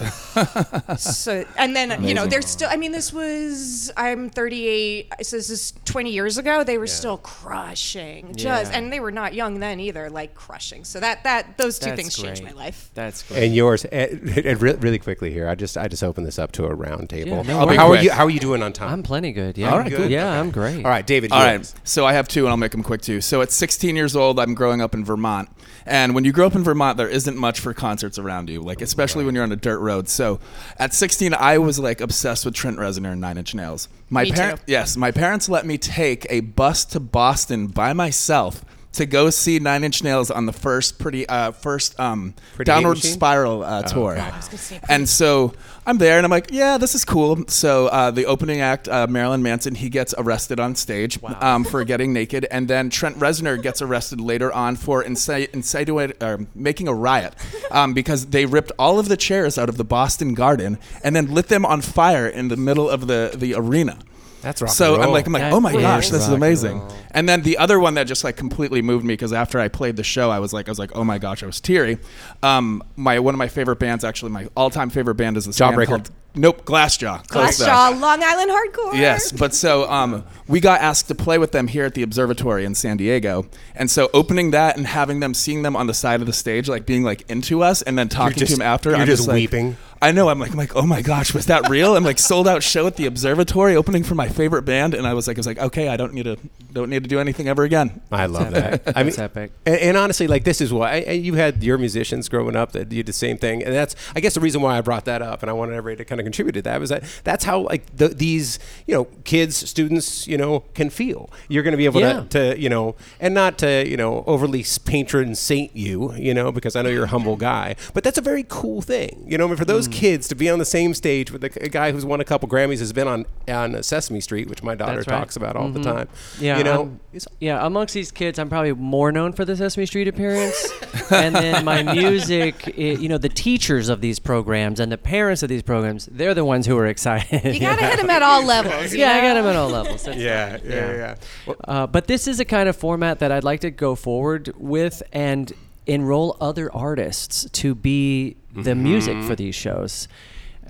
S2: so, and then, you know, they're still, I mean, this was, I'm 38, so this is 20 years ago. They were still crushing. Just,
S4: Yeah.
S2: and they were not young then either, like, crushing. So that, that, those two
S4: That's
S2: things changed my
S4: great.
S2: life.
S4: That's great.
S3: And yours, and, and re- really quickly here, I just I just opened this up to a round table.
S4: Yeah, no
S3: how
S4: worries.
S3: are
S1: Quick.
S3: you? How are you doing on time?
S4: I'm plenty good. Yeah.
S1: All right, good.
S4: Yeah, I'm great.
S3: All right, David.
S1: All
S3: yours.
S1: right. So I have two, and I'll make them quick too. So at 16 years old, I'm growing up in Vermont, and when you grow up in Vermont, there isn't much for concerts around you, like especially when you're on a dirt road. So at 16, I was like obsessed with Trent Reznor and Nine Inch Nails. My
S2: Me
S1: parents,
S2: too.
S1: yes, my parents let me take a bus to Boston by myself. To go see Nine Inch Nails on the first pretty uh, first um,
S3: Pretty Hate
S1: downward
S3: Machine?
S1: spiral uh, tour,
S2: say
S1: and so I'm there, and I'm like, yeah, this is cool. So uh, the opening act, uh, Marilyn Manson, he gets arrested on stage um, for getting naked, and then Trent Reznor gets arrested later on for inci- incituate, or making a riot um, because they ripped all of the chairs out of the Boston Garden and then lit them on fire in the middle of the the arena.
S3: That's rock
S1: So
S3: and
S1: I'm
S3: roll.
S1: like, I'm like,
S4: That
S1: oh my
S4: is
S1: gosh, this is
S4: rock and
S1: amazing.
S4: roll.
S1: And then the other one that just like completely moved me because after I played the show, I was like, I was like, oh my gosh, I was teary. Um, my one of my favorite bands, actually, my all-time favorite band is this
S3: Jawbreaker.
S1: band called Nope, Glassjaw. Close though.
S2: Glassjaw, Long Island Hardcore.
S1: Yes, but so um, we got asked to play with them here at the observatory in San Diego, and so opening that and having them, seeing them on the side of the stage, like being like into us, and then talking
S3: just-
S1: to him after,
S3: you're
S1: I'm
S3: just
S1: like-
S3: weeping.
S1: I know. I'm like, I'm like, oh my gosh, was that real? I'm like, sold out show at the observatory, opening for my favorite band, and I was like, I was like, okay, I don't need to, don't need to do anything ever again.
S3: I love that. I mean,
S4: That's epic.
S3: And, and honestly, like this is why and you had your musicians growing up that did the same thing, and that's I guess the reason why I brought that up, and I wanted everybody to kind of contribute to that was that that's how like the, these you know kids, students, you know, can feel. You're going to be able
S4: Yeah.
S3: to, to you know, and not to you know overly s- patron saint you, you know, because I know you're a humble guy, but that's a very cool thing, you know. I mean, for
S4: Mm.
S3: those kids to be on the same stage with a, a guy who's won a couple Grammys, has been on on Sesame Street, which my daughter
S4: That's right. Mm-hmm.
S3: talks about all the time.
S4: Yeah,
S3: you know,
S4: I'm- yeah. Amongst these kids, I'm probably more known for the Sesame Street appearance, and then my music. i you know, the teachers of these programs and the parents of these programs, they're the ones who are excited.
S2: You got to hit him at all levels. you
S4: yeah, I
S2: know?
S4: got them at all levels. That's
S3: yeah, yeah, yeah.
S4: Yeah.
S3: yeah. Well,
S4: Uh, but this is a kind of format that I'd like to go forward with and enroll other artists to be the
S3: Mm-hmm.
S4: music for these shows,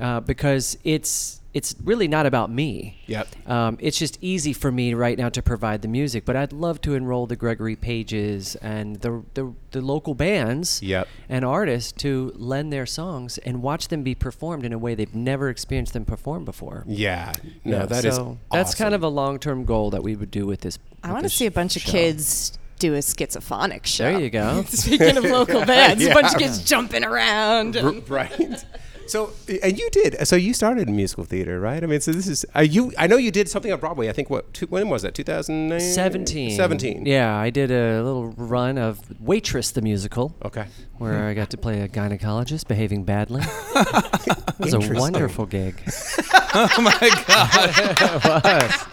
S4: uh, because it's it's really not about me.
S3: Yep.
S4: Um, it's just easy for me right now to provide the music, but I'd love to enroll the Gregory Pages and the the, the local bands
S3: Yep.
S4: and artists to lend their songs and watch them be performed in a way they've never experienced them perform before.
S3: yeah. No, that is
S4: that's kind of
S3: awesome.
S4: a long term goal that we would do with this.
S2: I
S4: with
S2: want to
S4: this
S2: see a bunch of
S4: show.
S2: kids do a schizophonic show.
S4: There you go.
S2: Speaking of local bands, a bunch of kids jumping around. and-
S3: right. So and you did. So you started in musical theater, right? I mean, so this is uh, you. I know you did something on Broadway. I think what two, when was that? 2009?
S4: 17.
S3: 17.
S4: Yeah, I did a little run of Waitress the Musical.
S3: Okay.
S4: Where I got to play a gynecologist behaving badly. it was a wonderful gig. oh my god. it was.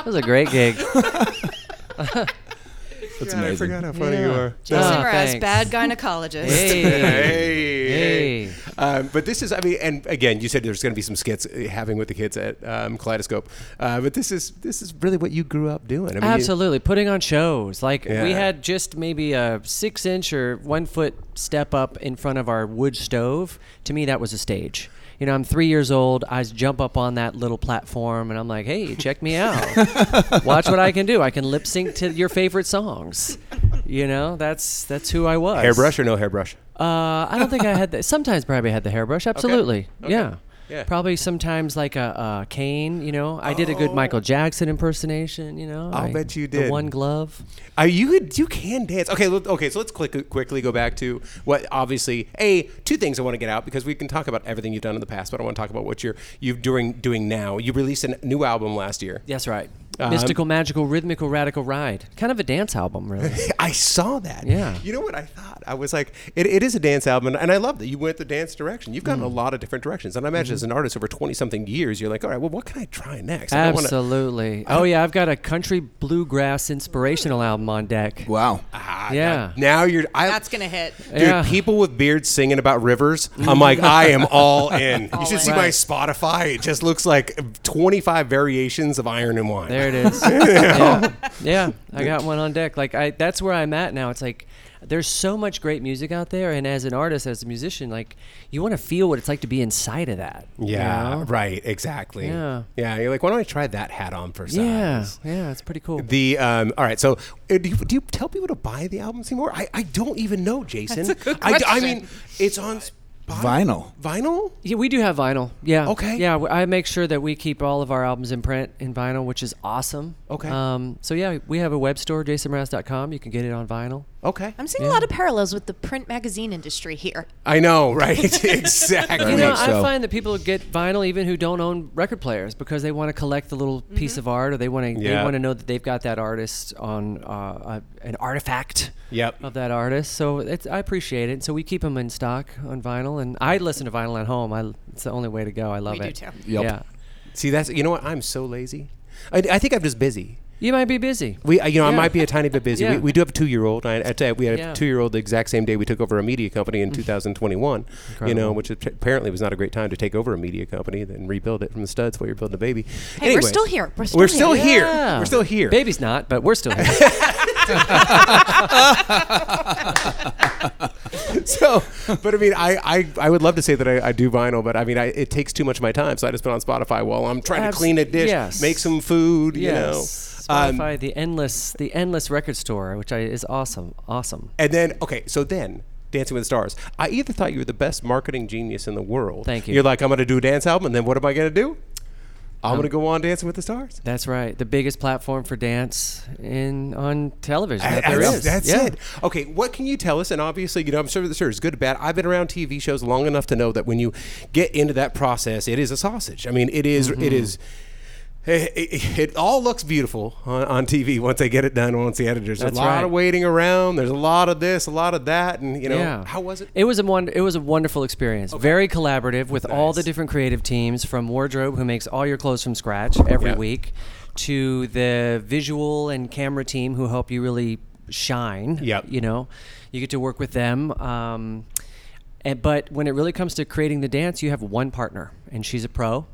S4: It was a great gig.
S5: That's
S3: God, I
S5: amazing.
S3: forgot how funny you are.
S4: Just-
S5: That's-
S4: Ah,
S6: Jason Mraz,
S4: thanks.
S6: bad gynecologist.
S3: Hey.
S4: Hey.
S3: Um, but this is, I mean, and again, you said there's going to be some skits uh, having with the kids at um, Kaleidoscope. Uh, but this is this is really what you grew up doing. I mean, you-
S4: Absolutely, putting on shows. Like we
S3: Yeah.
S4: had just maybe a six-inch or one-foot step up in front of our wood stove. To me, that was a stage. You know, I'm three years old. I jump up on that little platform, and I'm like, "Hey, check me out! Watch what I can do. I can lip sync to your favorite songs." You know, that's that's who I was.
S3: hairbrush or no hairbrush?
S4: Uh, I don't think I had that. Sometimes probably had the hairbrush. Absolutely.
S3: Okay.
S4: Yeah.
S3: Yeah.
S4: Probably sometimes like a, a cane, you know. I did a good Michael Jackson impersonation, you know.
S3: Oh. I'll
S4: I-
S3: bet you
S4: the
S3: did.
S4: one glove.
S3: Uh, you could, you can dance. Okay, let- okay. So let's quick, quickly go back to what obviously a two things I want to get out because we can talk about everything you've done in the past, but I want to talk about what you're you doing doing now. You released a new album last year.
S4: That's right.
S3: Uh-huh.
S4: Mystical, magical, rhythmical, radical ride. Kind of a dance album, really.
S3: I saw that.
S4: Yeah.
S3: You know what I thought? I was like, it, it is a dance album, and I love that you went the dance direction. You've
S4: Mm.
S3: gotten a lot of different directions, and I
S4: Mm-hmm.
S3: imagine as an artist over twenty something years, you're like, all right, well, what can I try next? I don't wanna-
S4: Absolutely. Oh yeah, I've got a country bluegrass inspirational album on deck.
S1: Wow.
S3: Ah,
S4: Yeah.
S3: Now you're. I,
S6: That's gonna hit.
S3: Dude,
S4: Yeah.
S3: people with beards singing about rivers. I'm like, I am all in. you should
S6: in.
S3: see my
S4: Right.
S3: Spotify. It just looks like 25 variations of Iron and Wine.
S4: There it is. yeah. Yeah, I got one on deck. Like I, that's where I'm at now. It's like there's so much great music out there, and as an artist, as a musician, like you want to feel what it's like to be inside of that. you
S3: Yeah,
S4: know?
S3: right. Exactly.
S4: Yeah.
S3: Yeah. You're like, why don't I try that hat on for size?
S4: Yeah, yeah, it's pretty cool.
S3: The um, all right, so uh, do you, do you tell people to buy the albums anymore? I, I don't even know, Jason.
S2: That's a good
S3: I, I
S2: question.
S3: mean, it's on Spotify.
S1: Vinyl.
S3: Vinyl.
S4: yeah, we do have vinyl. Yeah.
S3: Okay.
S4: Yeah, w- I make sure that we keep all of our albums in print in vinyl, which is awesome.
S3: Okay.
S4: Um, so yeah, we have a web store, jasonmraz.com. You can get it on vinyl.
S3: Okay.
S6: I'm seeing a lot of parallels with the print magazine industry here.
S3: I know, right? exactly.
S4: You know,
S1: think
S4: I
S1: so.
S4: find that people get vinyl even who don't own record players because they want to collect the little
S2: Mm-hmm.
S4: piece of art, or they want to
S3: Yeah.
S4: they want to know that they've got that artist on uh, a, an artifact
S3: Yep.
S4: of that artist. So it's, I appreciate it. So we keep them in stock on vinyl, and I listen to vinyl at home. I, it's the only way to go. I love
S2: We do
S4: it.
S2: too.
S1: Yup.
S4: Yeah,
S3: See, that's you know what? I'm so lazy. I, I think I'm just busy.
S4: you might be busy.
S3: We, I- you know, I
S4: Yeah.
S3: might be a tiny bit busy. We,
S4: Yeah.
S3: we do have a two-year-old. I, I tell you, we had a
S4: Yeah. Mm.
S3: two-year-old the exact same day we took over a media company in 2021. You know,
S4: Incredible.
S3: which ap- apparently was not a great time to take over a media company, then rebuild it from the studs while you're building a baby.
S6: Hey, we're
S3: Anyways,
S6: still here. We're still
S3: We're
S6: here.
S3: still here.
S4: Yeah.
S3: We're still here.
S4: Baby's not, but we're still here.
S3: so, but I mean, I, I, I would love to say that I, I do vinyl, but I mean, I, it takes too much of my time. So I just put on Spotify while I'm trying
S4: Abs-
S3: to clean a dish,
S4: yes.
S3: make some food.
S4: yes.
S3: You know, Um,
S4: Spotify, the endless, the endless record store, which I, is awesome, awesome.
S3: And then, okay, so then Dancing with the Stars. I either thought you were the best marketing genius in the world.
S4: Thank you.
S3: You're like, I'm going to do a dance album, and then what am I going to do? I'm
S4: Um,
S3: going to go on Dancing with the Stars.
S4: That's right. The biggest platform for dance in on television that there
S3: that's
S4: is.
S3: that's
S4: Yeah.
S3: it. Okay, what can you tell us? And obviously, you know, I'm sure that sure is good or bad. I've been around TV shows long enough to know that when you get into that process, it is a sausage. I mean, it is-
S4: Mm-hmm.
S3: it is. It, it, it all looks beautiful on, on TV once they get it done. Once the editors, there's
S4: That's
S3: a lot
S4: right.
S3: of waiting around. There's a lot of this, a lot of that, and you know,
S4: Yeah.
S3: how was it?
S4: It was a one. It was a wonderful experience. Very collaborative with all the different creative teams from wardrobe, who makes all your clothes from scratch every
S3: Yeah.
S4: week, to the visual and camera team who help you really shine.
S3: Yep.
S4: You know, you get to work with them. Um, and, but when it really comes to creating the dance, you have one partner, and she's a pro,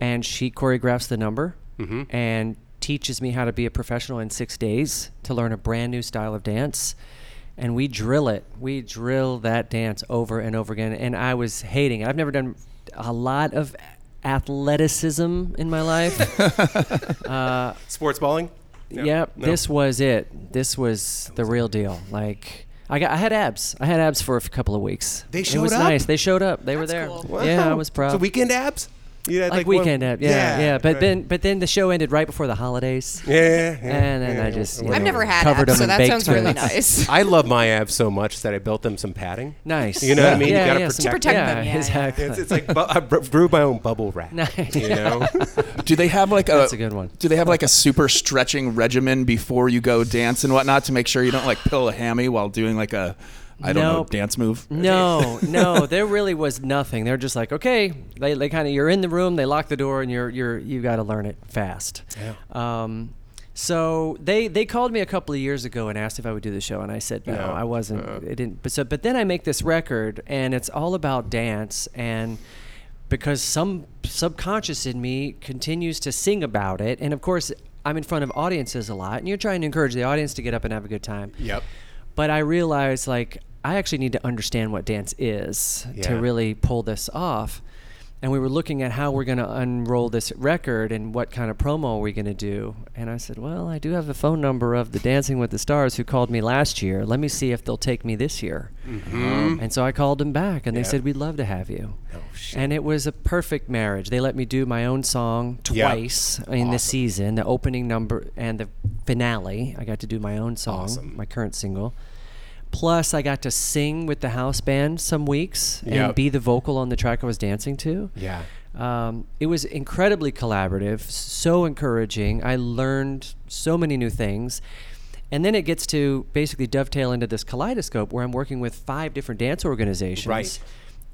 S4: and she choreographs the number, and teaches me how to be a professional in six days to learn a brand new style of dance and we drill it. We drill that dance over and over again. And I was hating it. I've never done a lot of athleticism in my life.
S3: Sports balling.
S4: yep, this was it. This was the real deal. Like I got, I had abs. I had abs for a couple of weeks.
S3: They
S4: It
S3: showed
S4: was
S3: up?
S4: nice. They showed up. They were there.
S6: That's
S4: Yeah, I was proud.
S3: So weekend abs? Yeah,
S4: like, weekend abs. Yeah, yeah. But
S3: right.
S4: then, but then the show ended right before the holidays.
S3: Yeah, yeah, yeah,
S4: And then
S3: yeah.
S4: I just, you
S2: I've
S4: know,
S2: never had
S4: covered
S2: abs,
S4: them
S2: so
S4: in
S2: that
S4: baked
S2: sounds really
S4: goods.
S2: nice.
S3: I love my abs so much that I built them some padding.
S4: Nice.
S3: You know what I mean? You gotta
S4: some-
S3: protect
S2: them.
S4: yeah,
S2: Yeah, yeah, yeah.
S4: exactly.
S3: It's, it's like bu- I br- brew my own bubble wrap.
S4: Nice.
S3: You know?
S1: Do they have like a?
S4: That's a good one.
S1: Do they have like a super stretching regimen before you go dance and whatnot to make sure you don't like pill a hammy while doing like a, I don't know,
S4: Nope.
S1: dance move?
S4: No, no, there really was nothing. They're just like, okay, they, they kind of you're in the room, they lock the door, and you're you're you got to learn it fast. Um, So they they called me a couple of years ago and asked if I would do the show, and I said no,
S3: No.
S4: I wasn't. It didn't. But so but then I make this record, and it's all about dance and. Because some subconscious in me continues to sing about it, and of course, I'm in front of audiences a lot, and you're trying to encourage the audience to get up and have a good time.
S3: Yep.
S4: But I realized like I actually need to understand what dance is to
S3: Yeah.
S4: really pull this off. And we were looking at how we're going to unroll this record and what kind of promo are we going to do. And I said, "Well, I do have the phone number of the Dancing with the Stars who called me last year. Let me see if they'll take me this year." Um, And so I called them back, and they
S3: Mm-hmm. Yeah.
S4: said, "We'd love to have you."
S3: Oh, shit.
S4: and it was a perfect marriage. They let me do my own song
S3: Yeah.
S4: twice in the season, the opening number and the finale. I got to do my own song,
S3: Awesome.
S4: my current single. Plus, I got to sing with the house band some weeks
S3: Yep.
S4: and be the vocal on the track I was dancing to.
S3: Yeah.
S4: Um, it was incredibly collaborative, so encouraging. I learned so many new things. And then it gets to basically dovetail into this kaleidoscope where I'm working with five different dance organizations.
S3: Right.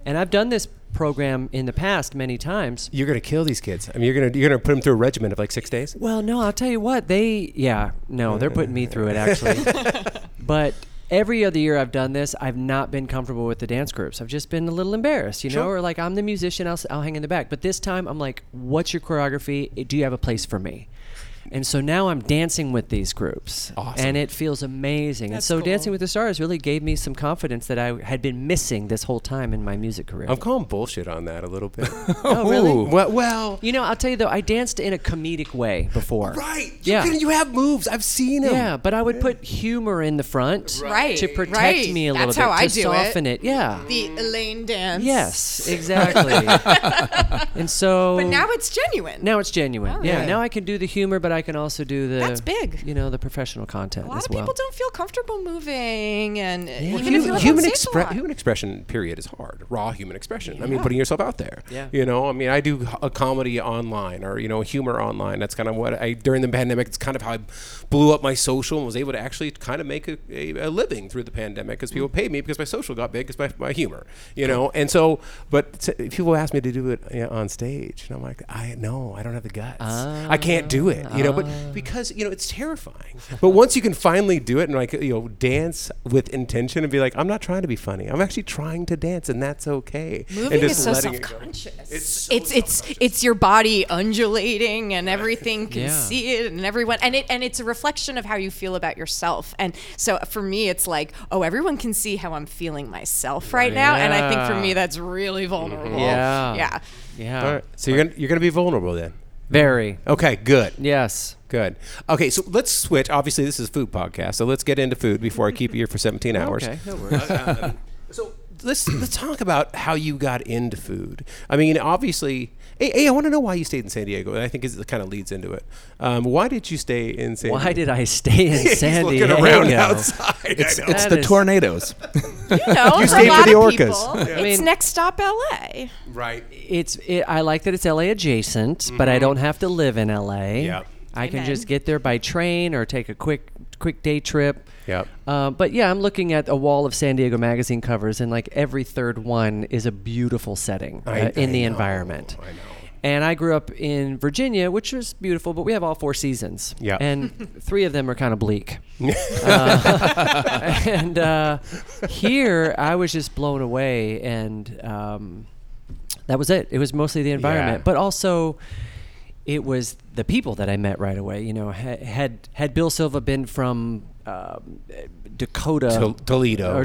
S4: And I've done this program in the past many times.
S3: You're gonna kill these kids. I mean, you're gonna you're gonna put them through a regiment of like six days.
S4: Well, no, I'll tell you what. They, yeah, no, they're putting me through it actually. but every other year I've done this, I've not been comfortable with the dance groups. I've just been a little embarrassed, you know,
S3: Sure.
S4: or like I'm the musician, I'll, s- I'll hang in the back. But this time I'm like, what's your choreography? Do you have a place for me? And so now I'm dancing with these groups,
S3: Awesome.
S4: and it feels amazing. and so Dancing with the Stars really gave me some confidence that I had been missing this whole time in my music career.
S3: I'm calling bullshit on that a little bit.
S4: oh, really?
S3: well, well,
S4: You know, I'll tell you though, I danced in a comedic way before.
S3: right. You
S4: Yeah.
S3: can- you have moves. I've seen them.
S4: Yeah, but I would put humor in the front
S2: Right,
S4: to protect
S2: right.
S4: me a little
S2: That's
S4: bit
S2: how
S4: to
S2: I do it.
S4: soften it. Yeah.
S2: The Elaine dance.
S4: yes, exactly. and so
S2: But now it's genuine.
S4: now it's genuine.
S2: All
S4: yeah,
S2: right.
S4: now I can do the humor, but I can also do the
S2: That's big.
S4: You know, the professional content
S2: a lot
S4: as
S2: of
S4: well.
S2: people don't feel comfortable moving, and
S4: Well,
S2: even
S4: hu-
S2: if you're up on
S3: human,
S2: stage a
S3: expre-
S2: lot.
S3: human expression period is hard raw human expression i mean putting yourself out there
S4: Yeah.
S3: you know i mean i do h- a comedy online or you know humor online that's kind of what i during the pandemic it's kind of how i blew up my social and was able to actually kind of make a, a, a living through the pandemic because
S2: Mm.
S3: people paid me because my social got big because my, my humor you know and so but t- people ask me to do it you know, on stage and i'm like i no i don't have the guts i can't do it you know
S2: Ah.
S3: but because you know it's terrifying but once you can finally do it and like you know dance with intention and be like i'm not trying to be funny i'm actually trying to dance and that's okay
S2: Moving
S3: and
S2: is so
S3: letting it go.
S2: self-conscious.
S3: It's so
S2: it's it's it's your body undulating and everything can
S4: Yeah.
S2: see it and everyone and it and it's a reflection of how you feel about yourself. And so for me it's like, oh, everyone can see how I'm feeling myself right now and I think for
S4: Yeah.
S2: me that's really vulnerable.
S4: Yeah.
S2: Yeah.
S4: Yeah.
S3: all right so you're gonna you're gonna be vulnerable then
S4: Very.
S3: okay good
S4: Yes.
S3: Good. Okay, so let's switch. Obviously, this is food podcast, so let's get into food before I keep you here for 17 hours.
S4: Okay. No worries.
S3: So let's let's talk about how you got into food. I mean, obviously, hey, hey, I want to know why you stayed in San Diego, and I think it kind of leads into it. Um, why did you stay in San?
S4: Why did I stay in
S3: He's
S4: San
S3: looking
S4: Diego?
S3: around outside? I
S1: It's,
S3: know.
S1: it's
S4: That
S1: the
S4: is-
S1: tornadoes.
S2: You know, for a
S3: stayed for
S2: lot
S3: the
S2: of
S3: orcas.
S2: people.
S3: Yeah.
S2: It's
S4: I mean-
S2: next stop LA.
S3: right.
S4: it's it, I like that it's LA adjacent, but I don't have to live in LA.
S3: Mm-hmm. Yeah.
S4: I can
S2: Amen.
S4: just get there by train or take a quick quick day trip.
S3: Yep.
S4: Uh, but yeah, I'm looking at a wall of San Diego magazine covers, and like every third one is a beautiful setting
S3: I-
S4: uh, in
S3: I
S4: the
S3: know,
S4: environment.
S3: I know.
S4: And I grew up in Virginia, which was beautiful, but we have all four seasons.
S3: Yeah.
S4: And three of them are kind of bleak. Uh, and uh, here, I was just blown away, and um, that was it. It was mostly the environment,
S3: Yeah.
S4: but also it was the people that I met right away. You know, ha- had had Bill Silva been from um, Dakota,
S3: Tol- Toledo.
S4: or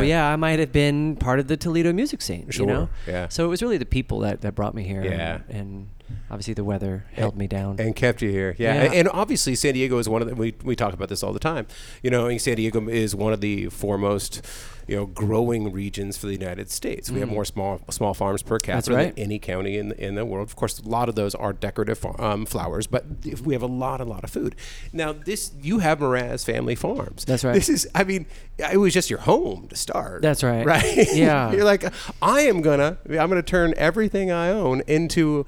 S3: Yeah.
S4: yeah. I might have been part of the Toledo music scene.
S3: Sure,
S4: You know,
S3: yeah.
S4: So it was really the people that that brought me here.
S3: Yeah.
S4: and, and obviously the weather held me down.
S3: and kept you here. Yeah,
S4: Yeah.
S3: And, and obviously San Diego is one of the we we talk about this all the time. You know, and San Diego is one of the foremost you know growing regions for the United States. We have more small small farms per capita
S4: Mm. right.
S3: than any county in the, in the world. Of course, a lot of those are decorative fa- um, flowers, but if we have a lot a lot of food. Now, this you have Moraz Family Farms.
S4: That's right.
S3: This is I mean, it was just your home to start.
S4: That's right.
S3: Right?
S4: Yeah.
S3: You're like I am gonna I'm gonna turn everything I own into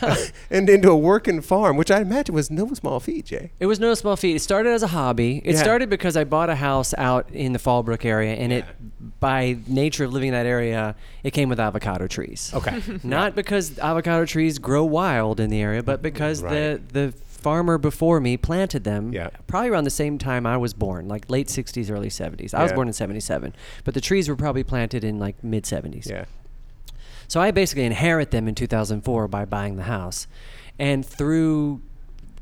S3: and into a working farm, which I imagine was no small feat, Jay.
S4: It was no small feat. It started as a hobby. It
S3: Yeah.
S4: started because I bought a house out in the Fallbrook area, and it, by nature of living in that area, it came with avocado trees.
S3: Okay.
S4: Not because avocado trees grow wild in the area, but because
S3: Right.
S4: the the farmer before me planted them
S3: Yeah.
S4: probably around the same time I was born, like late 60s, early 70s. I was
S3: Yeah.
S4: born in 77, but the trees were probably planted in like mid 70s.
S3: Yeah.
S4: So I basically inherit them in 2004 by buying the house, and through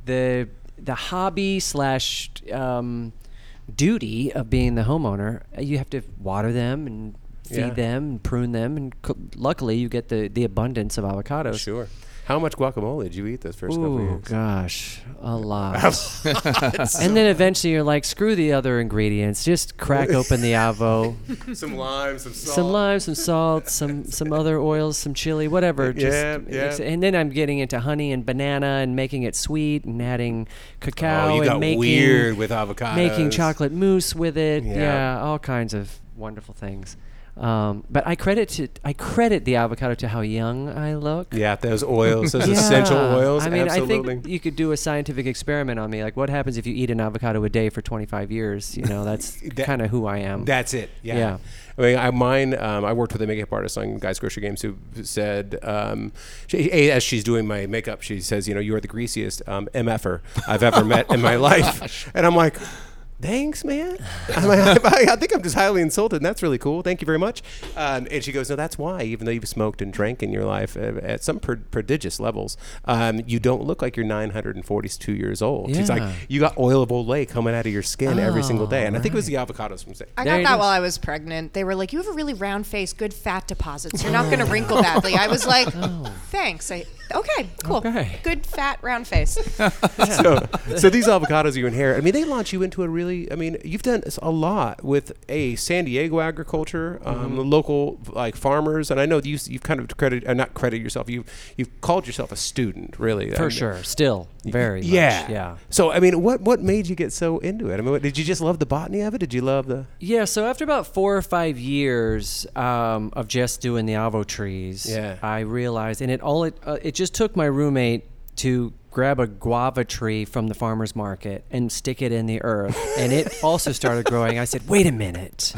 S4: the the hobby slash um, duty of being the homeowner, uh, you have to water them and feed
S3: Yeah.
S4: them and prune them, and co- luckily you get the the abundance of avocados.
S3: Sure. How much guacamole did you eat those first couple
S4: Ooh,
S3: years?
S4: gosh, a lot. and then eventually you're like, screw the other ingredients. Just crack open the avo,
S3: Some lime, some salt.
S4: some lime, some salt, some some other oils, some chili, whatever. Just
S3: Yeah,
S4: mix
S3: yeah.
S4: it. And then I'm getting into honey and banana and making it sweet and adding cacao
S3: Oh, you
S4: and
S3: got
S4: making
S3: weird with avocados.
S4: making chocolate mousse with it.
S3: Yeah.
S4: Yeah, all kinds of wonderful things. Um, but I credit to, I credit the avocado to how young I look.
S3: Yeah, those oils, those essential
S4: Yeah.
S3: oils.
S4: I mean,
S3: absolutely.
S4: I think you could do a scientific experiment on me. Like, what happens if you eat an avocado a day for 25 years? You know, that's
S3: That-
S4: kind of who I am.
S3: That's it. Yeah.
S4: Yeah.
S3: I mean, I mine. Um, I worked with a makeup artist on Guys Grocery Games who said, um, she, a- as she's doing my makeup, she says, "You know, you are the greasiest um, mf'er I've ever met in my
S4: Oh
S3: life," and I'm like. Thanks, man. I'm like, I, I think I'm just highly insulted, and that's really cool. Thank you very much. Um, and she goes, No, that's why, even though you've smoked and drank in your life uh, at some pro- prodigious levels, um, you don't look like you're 942 years old. She's like,
S4: Yeah.
S3: You got oil of Olay coming out of your skin every single
S4: Oh,
S3: day. And I think it was the avocados from
S2: I
S4: There
S2: got
S4: it
S2: that
S4: is.
S2: while I was pregnant. They were like, "You have a really round face, good fat deposits. You're not going to wrinkle badly." I was like, "Thanks." I, okay, cool.
S4: Okay.
S2: Good fat round face.
S3: so, so these avocados you inherit, I mean, they launch you into a really, I mean, you've done s- a lot with a San Diego agriculture, um,
S4: Mm-hmm.
S3: the local like farmers, and I know you, s- you've kind of credit, uh, not credit yourself, you've you've called yourself a student, really. I
S4: For
S3: mean,
S4: sure. Still. Very
S3: Yeah.
S4: much. Yeah.
S3: So I mean, what what made you get so into it? I mean, what, did you just love the botany of it? Did you love the?
S4: Yeah, so after about four or five years um, of just doing the avo trees,
S3: Yeah.
S4: I realized, and it all it uh, it just took my roommate to grab a guava tree from the farmer's market and stick it in the earth, and it also started growing. I said, "Wait a minute."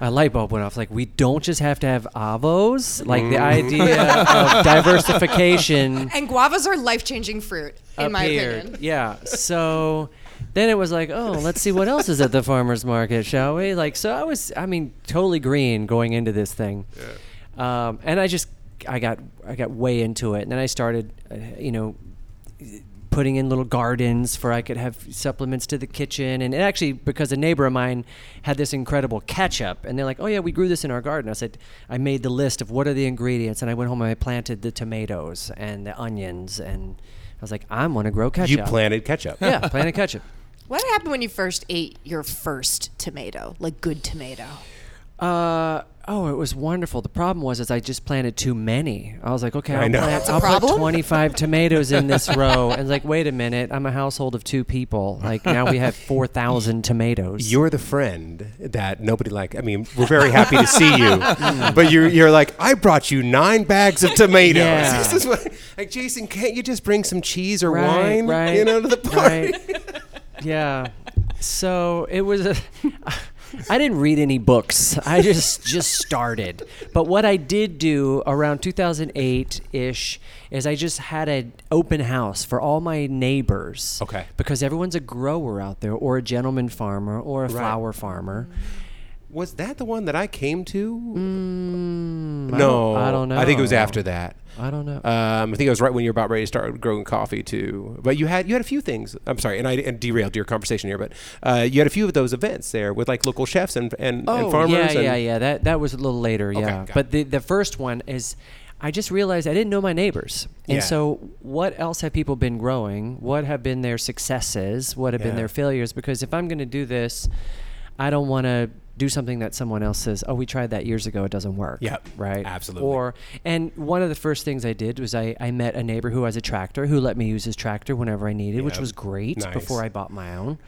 S4: A light bulb went off. Like we don't just have to have avos. Like
S3: Mm.
S4: the idea of diversification
S2: And guavas are life-changing fruit, in my
S4: appeared.
S2: opinion.
S4: Yeah. So then it was like, oh, let's see what else is at the farmers market, shall we? Like, so I was, I mean, totally green going into this thing. Yeah. Um, and I just, I got, I got way into it, and then I started, uh, you know, putting in little gardens for I could have supplements to the kitchen. And it actually, because a neighbor of mine had this incredible ketchup, and they're like, "Oh yeah, we grew this in our garden." I said, I made the list of what are the ingredients, and I went home and I planted the tomatoes and the onions, and I was like, "I'm gonna grow ketchup."
S3: You planted ketchup.
S4: Yeah, planted ketchup.
S2: What happened when you first ate your first tomato, like good tomato?
S4: Uh, oh, it was wonderful. The problem was is I just planted too many. I was like, okay,
S3: I
S4: I'll,
S3: know.
S4: plant-
S3: That's
S2: a
S4: I'll put
S2: problem?
S4: 25 tomatoes in this row. And like, wait a minute, I'm a household of two people. Like now we have 4,000 tomatoes.
S3: You're the friend that nobody like. I mean, we're very happy to see you, but you're you're like I brought you nine bags of tomatoes.
S4: Yeah.
S3: This is what like Jason. Can't you just bring some cheese or
S4: Right,
S3: wine?
S4: right,
S3: You know, to the party.
S4: right. yeah. So it was. A, I didn't read any books. I just just started. But what I did do around 2008 ish is I just had an open house for all my neighbors.
S3: Okay.
S4: Because everyone's a grower out there, or a gentleman farmer, or a flower farmer.
S3: Was that the one that I came to?
S4: Mm, I
S3: no,
S4: don't- I don't know.
S3: I think it was after that.
S4: I don't know.
S3: Um, I think it was right when you were about ready to start growing coffee too. But you had you had a few things. I'm sorry, and I and derailed your conversation here, but uh, you had a few of those events there with like local chefs and and, and farmers.
S4: Oh, Yeah,
S3: and,
S4: yeah, yeah. That that was a little later. Yeah,
S3: got it.
S4: but the the first one is. I just realized I didn't know my neighbors. And
S3: Yeah.
S4: so, what else have people been growing? What have been their successes? What have
S3: Yeah.
S4: been their failures? Because if I'm going to do this, I don't want to do something that someone else says, oh, we tried that years ago, it doesn't work.
S3: Yep.
S4: Right?
S3: Absolutely.
S4: Or, and one of the first things I did was I, I met a neighbor who has a tractor who let me use his tractor whenever I needed, which
S3: Yep.
S4: was great
S3: Nice.
S4: before I bought my own.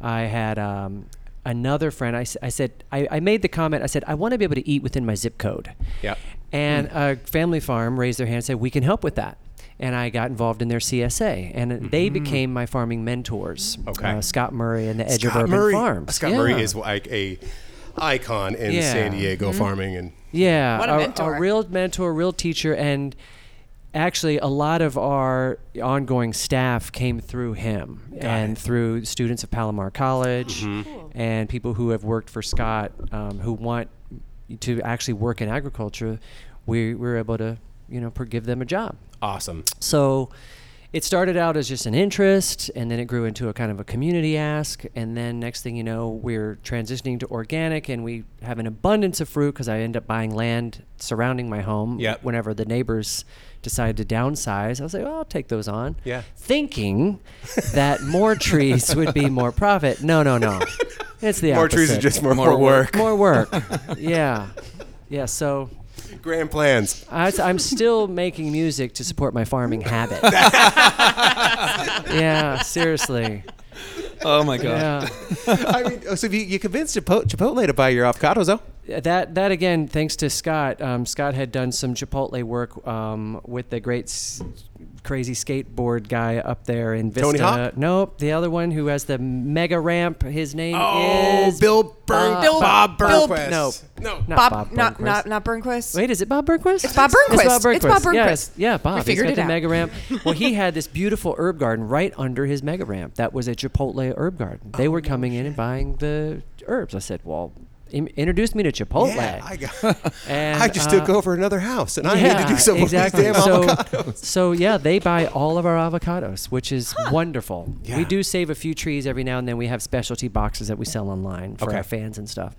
S4: I had um, another friend. I, s- I said, I, I made the comment, I said, I want to be able to eat within my zip code.
S3: Yep. Hmm.
S4: And a family farm raised their hand and said, We can help with that. And I got involved in their CSA, and they became my farming mentors.
S3: Mm-hmm. Okay.
S4: Uh, Scott Murray and the Edge of
S3: Scott
S4: Urban
S3: Murray.
S4: Farm.
S3: Scott Murray is like a icon in
S4: Yeah.
S3: San Diego farming and
S4: Yeah,
S2: What a mentor.
S4: real mentor, real teacher, and actually a lot of our ongoing staff came through him and through students of Palomar College and people who have worked for Scott um, who want to actually work in agriculture. We, we were able to, you know, per- give them a job.
S5: Awesome.
S4: So it started out as just an interest, and then it grew into a kind of a community ask. And then next thing you know, we're transitioning to organic, and we have an abundance of fruit because I end up buying land surrounding my home.
S5: Yep.
S4: Whenever the neighbors decide to downsize, I was like, well, I'll take those on.
S5: Yeah.
S4: Thinking that more trees would be more profit. No, no, no. It's the
S5: More
S4: opposite.
S5: trees are just more,
S1: More work.
S4: more work. yeah. Yeah. So
S5: Grand plans.
S4: I, am still making music to support my farming habit. yeah, seriously.
S1: Oh my god.
S4: Yeah.
S5: I mean, oh, so you, you convinced Chipotle, Chipotle to buy your avocados, though?
S4: That that again, thanks to Scott. Um, Scott had done some Chipotle work um, with the great, s- crazy skateboard guy up there in Vista.
S5: Tony Hawk?
S4: Nope, the other one who has the mega ramp. His name
S5: Oh,
S4: is
S5: Bill Burn,
S3: Bill-
S5: Bob
S3: Bill-
S5: Burnquist.
S4: No,
S5: no.
S4: not
S3: Bob,
S4: Bob
S3: not,
S4: Burnquist.
S3: not not Burnquist.
S4: Wait, is it Bob Burnquist?
S3: It's Bob
S4: It's Bob
S3: Burnquist.
S4: Burnquist.
S3: It's Bob Burnquist.
S4: Yes. Yeah, Bob.
S3: We figured
S4: He's
S3: it
S4: got the
S3: out.
S4: mega ramp. well, he had this beautiful herb garden right under his mega ramp. That was a Chipotle herb garden.
S5: Oh,
S4: They were coming in and buying the herbs. I said, well, im- introduce me to Chipotle.
S5: Yeah, I, got,
S4: And,
S5: I just took
S4: uh,
S5: over another house, and I
S4: yeah,
S5: need to do something
S4: exactly.
S5: with these damn
S4: so,
S5: avocados.
S4: so yeah, they buy all of our avocados, which is wonderful.
S5: Yeah.
S4: We do save a few trees every now and then. We have specialty boxes that we sell online for
S5: Okay.
S4: our fans and stuff.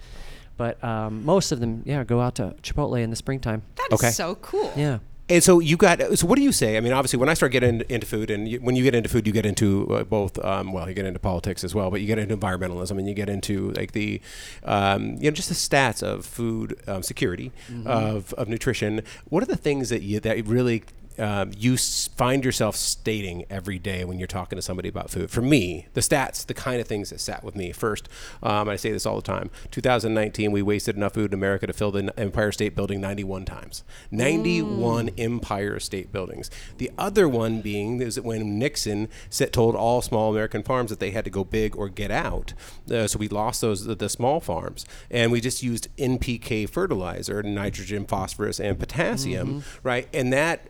S4: But um, most of them, yeah, go out to Chipotle in the springtime.
S3: That is
S5: Okay.
S3: so cool.
S4: yeah.
S5: And so you got. So what do you say? I mean, obviously, when I start getting into food, and you, when you get into food, you get into uh, both. Um, well, you get into politics as well, but you get into environmentalism, and you get into like the, um, you know, just the stats of food um, security, of, of nutrition. What are the things that you that really um, you s- find yourself stating every day when you're talking to somebody about food. For me, the stats, the kind of things that sat with me. First, um, I say this all the time 2019, we wasted enough food in America to fill the N- Empire State Building 91 times. 91 Empire State Buildings. The other one being is that when Nixon said, told all small American farms that they had to go big or get out, uh, so we lost those the, the small farms, and we just used NPK fertilizer, nitrogen, phosphorus, and potassium, right? And that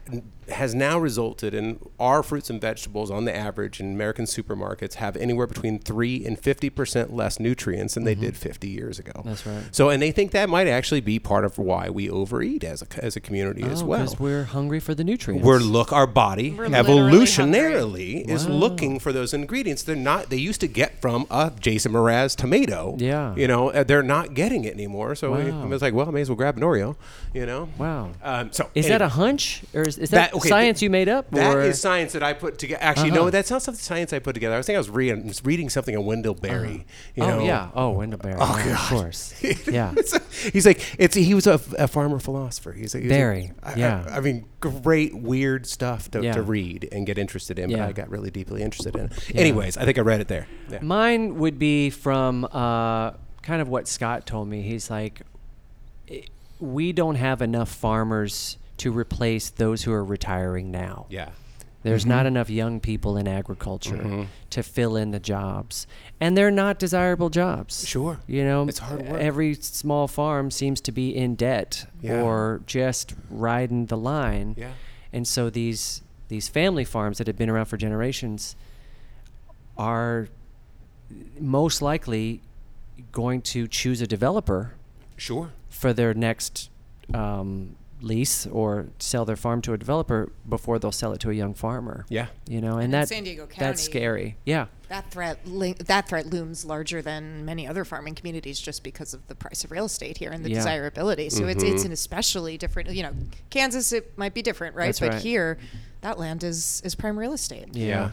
S5: has now resulted in our fruits and vegetables on the average in American supermarkets have anywhere between 3 and 50% less nutrients than they did 50 years ago. That's
S4: Mm-hmm. right.
S5: So and they think that might actually be part of why we overeat as a as a community
S4: Oh,
S5: as well.
S4: Because we're hungry for the nutrients.
S5: We're look our body
S3: literally
S5: evolutionarily is looking for those ingredients. They're not they used to get from a Jason Mraz tomato.
S4: Yeah.
S5: You know, uh, they're not getting it anymore. So we-
S4: Wow.
S5: it's like, well, I may as well grab an Oreo, you know?
S4: Wow.
S5: Um, so
S4: is that
S5: anyway.
S4: a hunch or is, is that,
S5: That- okay,
S4: science
S5: th-
S4: you made up?
S5: That
S4: or?
S5: is science that I put together. Actually,
S4: Uh-huh.
S5: no, that's not some science I put together. I was thinking I was reading, was reading something on Wendell Berry. You
S4: oh
S5: know?
S4: yeah. Oh, Wendell Berry. Oh, of course. yeah.
S5: he's like, it's he was a, a farmer philosopher. He's like, he's like-
S4: Berry,
S5: I- I-
S4: yeah.
S5: I, mean, great weird stuff to,
S4: Yeah.
S5: to read and get interested in.
S4: Yeah.
S5: But I got really deeply interested in. it. Anyways, I think I read it there. Yeah.
S4: Mine would be from uh, kind of what Scott told me. He's like, "I- we don't have enough farmers to replace those who are retiring now.
S5: yeah.
S4: There's
S5: Mm-hmm.
S4: not enough young people in agriculture to fill in the jobs, and they're not desirable jobs.
S5: Sure.
S4: you know,
S5: It's hard work.
S4: Every small farm seems to be in debt
S5: Yeah.
S4: or just riding the line.
S5: Yeah.
S4: and so these these family farms that have been around for generations are most likely going to choose a developer
S5: Sure.
S4: for their next um, lease or sell their farm to a developer before they'll sell it to a young farmer.
S5: Yeah.
S4: You know, and,
S3: in
S4: that
S3: San Diego County-
S4: that's scary. Yeah.
S2: That threat, ling- that threat looms larger than many other farming communities just because of the price of real estate here and the
S4: Yeah. Mm-hmm.
S2: desirability. So it's it's an especially different. You know, Kansas it might be different, right?
S4: That's
S2: but
S4: right.
S2: here, that land is is prime real estate.
S5: Yeah.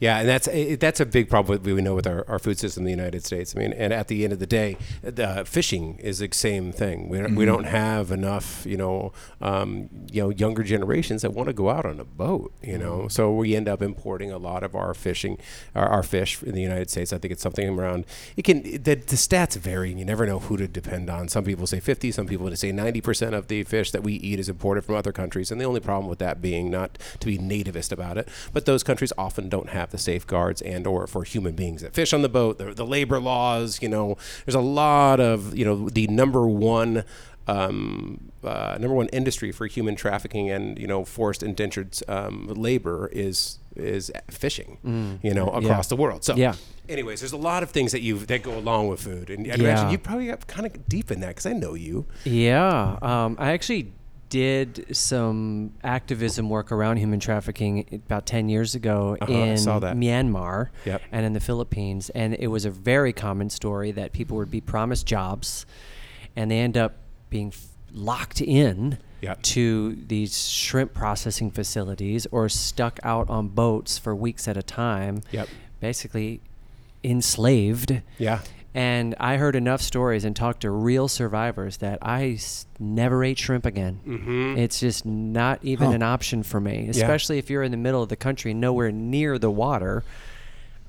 S5: Yeah, and that's it, that's a big problem we know with our, our food system in the United States. I mean, and at the end of the day, the fishing is the same thing. We don't, we don't have enough, you know, um, you know, younger generations that want to go out on a boat, you know. So we end up importing a lot of our fishing, our, our fish in the United States. I think it's something around. It can the, the stats vary, and you never know who to depend on. Some people say fifty, some people say ninety percent of the fish that we eat is imported from other countries. And the only problem with that being not to be nativist about it, but those countries often don't have the safeguards and or for human beings that fish on the boat, the, the labor laws, you know, there's a lot of, you know, the number one
S3: um, uh, number one industry for human trafficking and you know forced indentured um, labor is is fishing.
S4: Mm.
S3: You know across the world. So
S4: Yeah.
S3: Anyways, there's a lot of things that you that go along with food, and I'd
S4: Yeah.
S3: imagine you probably got kind of deep in that because I know you.
S4: Yeah, um, I actually did some activism work around human trafficking about 10 years ago
S3: Uh-huh, I
S4: in
S3: saw that.
S4: Myanmar
S3: Yep.
S4: and in the Philippines. And it was a very common story that people would be promised jobs and they end up being f- locked in
S3: Yep.
S4: to these shrimp processing facilities or stuck out on boats for weeks at a time.
S3: Yep.
S4: Basically enslaved.
S3: Yeah.
S4: And I heard enough stories and talked to real survivors that I s- never ate shrimp again. Mm-hmm. It's just not even an option for me, especially if you're in the middle of the country, nowhere near the water.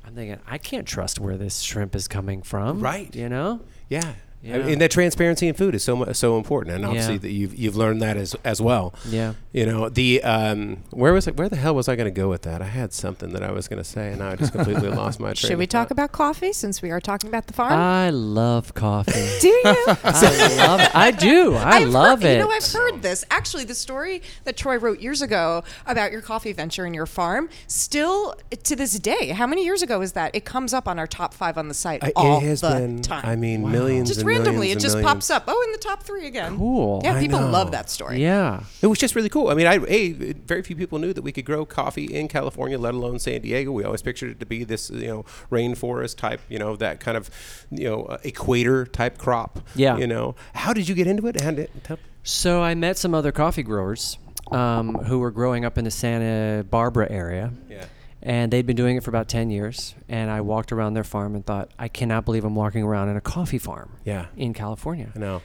S4: I'm thinking, I can't trust where this shrimp is coming from.
S3: Right.
S4: You know?
S3: Yeah.
S4: Yeah.
S3: I mean, and that transparency in food is so mu- so important, and obviously
S4: Yeah.
S3: that you've you've learned that as as well.
S4: Yeah.
S3: You know the um, where was it? Where the hell was I going to go with that? I had something that I was going to say, and now I just completely lost my. Train
S6: Should we
S3: of thought.
S6: talk about coffee since we are talking about the farm?
S4: I love coffee.
S6: Do you?
S4: I love it. I do. I
S2: I've
S4: love
S2: heard,
S4: it.
S2: You know, I've heard this. Actually, the story that Troy wrote years ago about your coffee venture and your farm, still to this day, how many years ago is that? It comes up on our top five on the site
S3: I-
S2: all
S3: it has
S2: the
S3: been.
S2: time.
S3: I mean, millions.
S2: just
S3: and
S2: randomly,
S3: millions
S2: it
S3: and
S2: just
S3: millions.
S2: pops up. Oh, in the top three again.
S4: Cool.
S2: Yeah,
S4: I
S2: people
S3: know.
S2: love that story.
S4: yeah.
S3: It was just really cool. I mean, I a very few people knew that we could grow coffee in California, let alone San Diego. We always pictured it to be this you know rainforest type, you know that kind of you know uh, equator type crop.
S4: Yeah.
S3: You know, how did you get into it? How did it tell-
S4: So I met some other coffee growers um, who were growing up in the Santa Barbara area.
S3: Yeah.
S4: And they'd been doing it for about 10 years. And I walked around their farm and thought, I cannot believe I'm walking around in a coffee farm
S3: Yeah.
S4: in California.
S3: I know.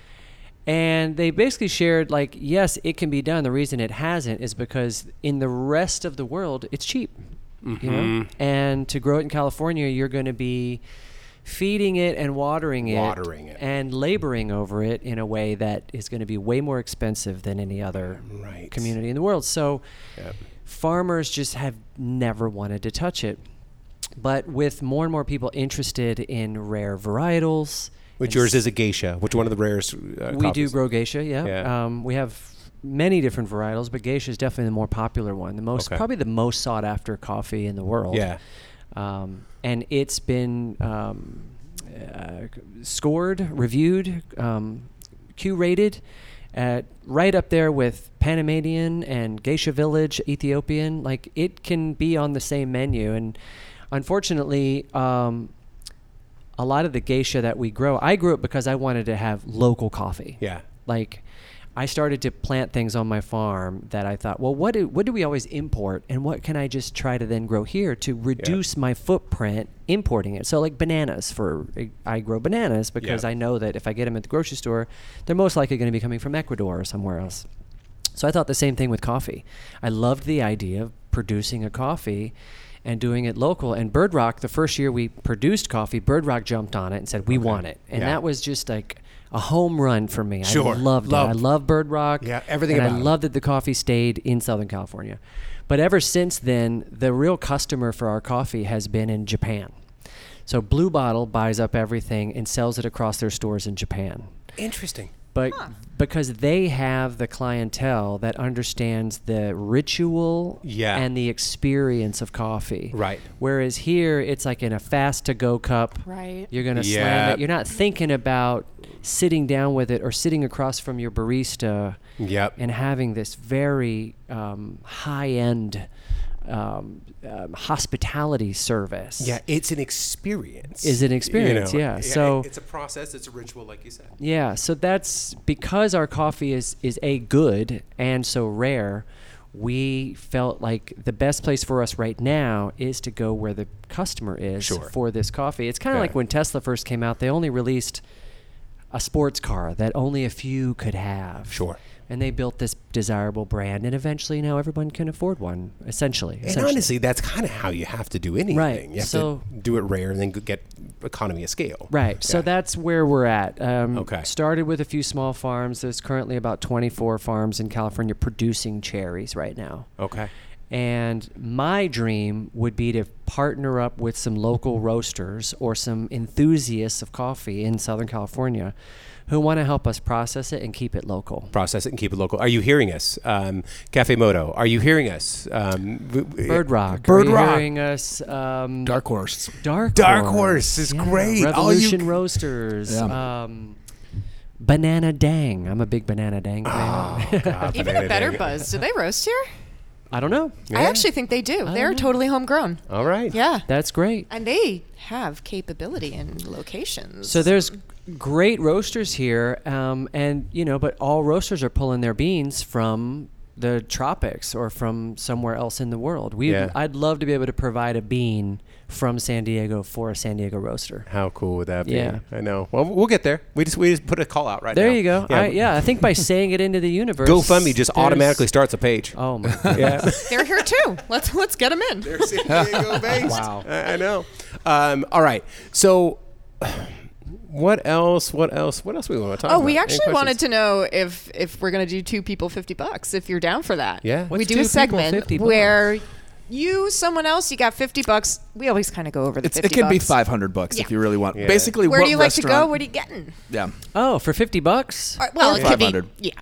S4: And they basically shared, like, yes, it can be done. The reason it hasn't is because in the rest of the world, it's cheap. You know?
S3: Mm-hmm.
S4: And to grow it in California, you're going to be feeding it and watering it,
S3: Watering it.
S4: and laboring over it in a way that is going to be way more expensive than any other
S3: Right.
S4: community in the world. So
S3: Yep.
S4: farmers just have never wanted to touch it. But with more and more people interested in rare varietals,
S3: Which
S4: and
S3: yours is a geisha, which one of the rarest. Uh,
S4: we do
S3: coffees.
S4: grow geisha, yeah.
S3: Yeah.
S4: Um, we have many different varietals, but geisha is definitely the more popular one. The most,
S3: Okay.
S4: probably the most sought after coffee in the world.
S3: Yeah.
S4: Um, and it's been um, uh, scored, reviewed, um, Q rated, at right up there with Panamanian and Geisha Village, Ethiopian. Like it can be on the same menu, and unfortunately. Um, a lot of the geisha that we grow, I grew up because I wanted to have local coffee.
S3: Yeah.
S4: Like I started to plant things on my farm that I thought, well, what do, what do we always import and what can I just try to then grow here to reduce my footprint importing it? So like bananas for I grow bananas because
S3: Yeah.
S4: I know that if I get them at the grocery store, they're most likely going to be coming from Ecuador or somewhere else. So I thought the same thing with coffee. I loved the idea of producing a coffee and doing it local. And Bird Rock, the first year we produced coffee, Bird Rock jumped on it and said, "We want it." And
S3: Yeah.
S4: that was just like a home run for me.
S3: Sure.
S4: I loved, it. I
S3: Loved.
S4: love Bird Rock.
S3: Yeah, everything
S4: And I
S3: about it.
S4: loved that the coffee stayed in Southern California. But ever since then, the real customer for our coffee has been in Japan. So Blue Bottle buys up everything and sells it across their stores in Japan
S3: Interesting.
S4: but because they have the clientele that understands the ritual
S3: Yeah.
S4: and the experience of coffee.
S3: Right.
S4: Whereas here, it's like in a fast to go cup.
S6: Right.
S4: You're going to slam
S3: Yeah.
S4: it. You're not thinking about sitting down with it or sitting across from your barista
S3: Yep.
S4: and having this very um, high end um, um, hospitality service.
S3: Yeah, it's an experience.
S4: Is an
S3: You
S4: experience, yeah. So-
S3: it's a process. It's a ritual, like you said.
S4: Yeah, so that's because our coffee is is a good and so rare. We felt like the best place for us right now is to go where the customer is
S3: Sure.
S4: for this coffee. It's kind of
S3: Yeah.
S4: like when Tesla first came out; they only released a sports car that only a few could have.
S3: Sure.
S4: And they built this desirable brand, and eventually now everyone can afford one. Essentially,
S3: And
S4: essentially.
S3: honestly, that's kind of how you have to do anything. You have
S4: so-
S3: to do it rare and then g- get economy of scale.
S4: Right. So
S3: Yeah.
S4: that's where we're at. Um,
S3: Okay.
S4: Started with a few small farms. There's currently about 24 farms in California producing cherries right now.
S3: Okay.
S4: And my dream would be to partner up with some local roasters or some enthusiasts of coffee in Southern California who want to help us process it and keep it local.
S3: Process it and keep it local. Are you hearing us, um, Cafe Moto? Are you hearing us, um, w- w-
S4: Bird Rock.
S3: Bird
S4: are you
S3: Rock.
S4: Hearing us. Um,
S1: Dark Horse.
S4: Dark
S3: Dark Horse is great. All you
S4: Revolution
S3: c-
S4: Roasters.
S1: Yeah.
S4: Um, Banana Dang. I'm a big Banana Dang fan.
S3: Ah.
S2: Even a better buzz. Do they roast here?
S4: I don't know.
S2: I actually think they do. They're
S4: know.
S2: totally homegrown.
S3: All right.
S2: Yeah.
S4: That's great.
S2: And they have capability and locations.
S4: So there's great roasters here, um, and you know, but all roasters are pulling their beans from the tropics or from somewhere else in the world. We,
S3: Yeah.
S4: I'd love to be able to provide a bean from San Diego for a San Diego roaster.
S3: How cool would that be?
S4: Yeah.
S3: I know. Well, we'll get there. We just we just put a call out right
S4: There
S3: now.
S4: you go. Yeah. I, yeah, I think by saying it into the universe,
S3: GoFundMe just
S4: there's-
S3: automatically starts a page.
S4: Oh my god!
S3: Yeah.
S2: They're here too. Let's let's get them in.
S3: They're San Diego based.
S4: Wow.
S3: I, I know. Um, all right. So, what else? What else? What else we want to talk
S2: Oh,
S3: about?
S2: we
S3: Any
S2: actually wanted
S3: questions?
S2: to know if if we're gonna do two people fifty bucks. If you're down for that,
S3: Yeah.
S2: we
S4: Let's
S2: do
S4: do
S2: a
S4: people
S2: segment
S4: 50 bucks.
S2: where you, someone else, you got fifty bucks. We always kind of go over the
S1: It's,
S2: 50
S1: it could be
S2: bucks.
S1: 500 bucks if
S2: Yeah.
S1: you really want.
S3: Yeah.
S1: Basically,
S2: Where
S1: what
S2: do you like to
S1: restaurant,
S2: go? What are you getting?
S1: Yeah.
S4: Oh, for fifty bucks?
S2: Or- well,
S1: Or
S2: it could be
S1: 500.
S2: yeah,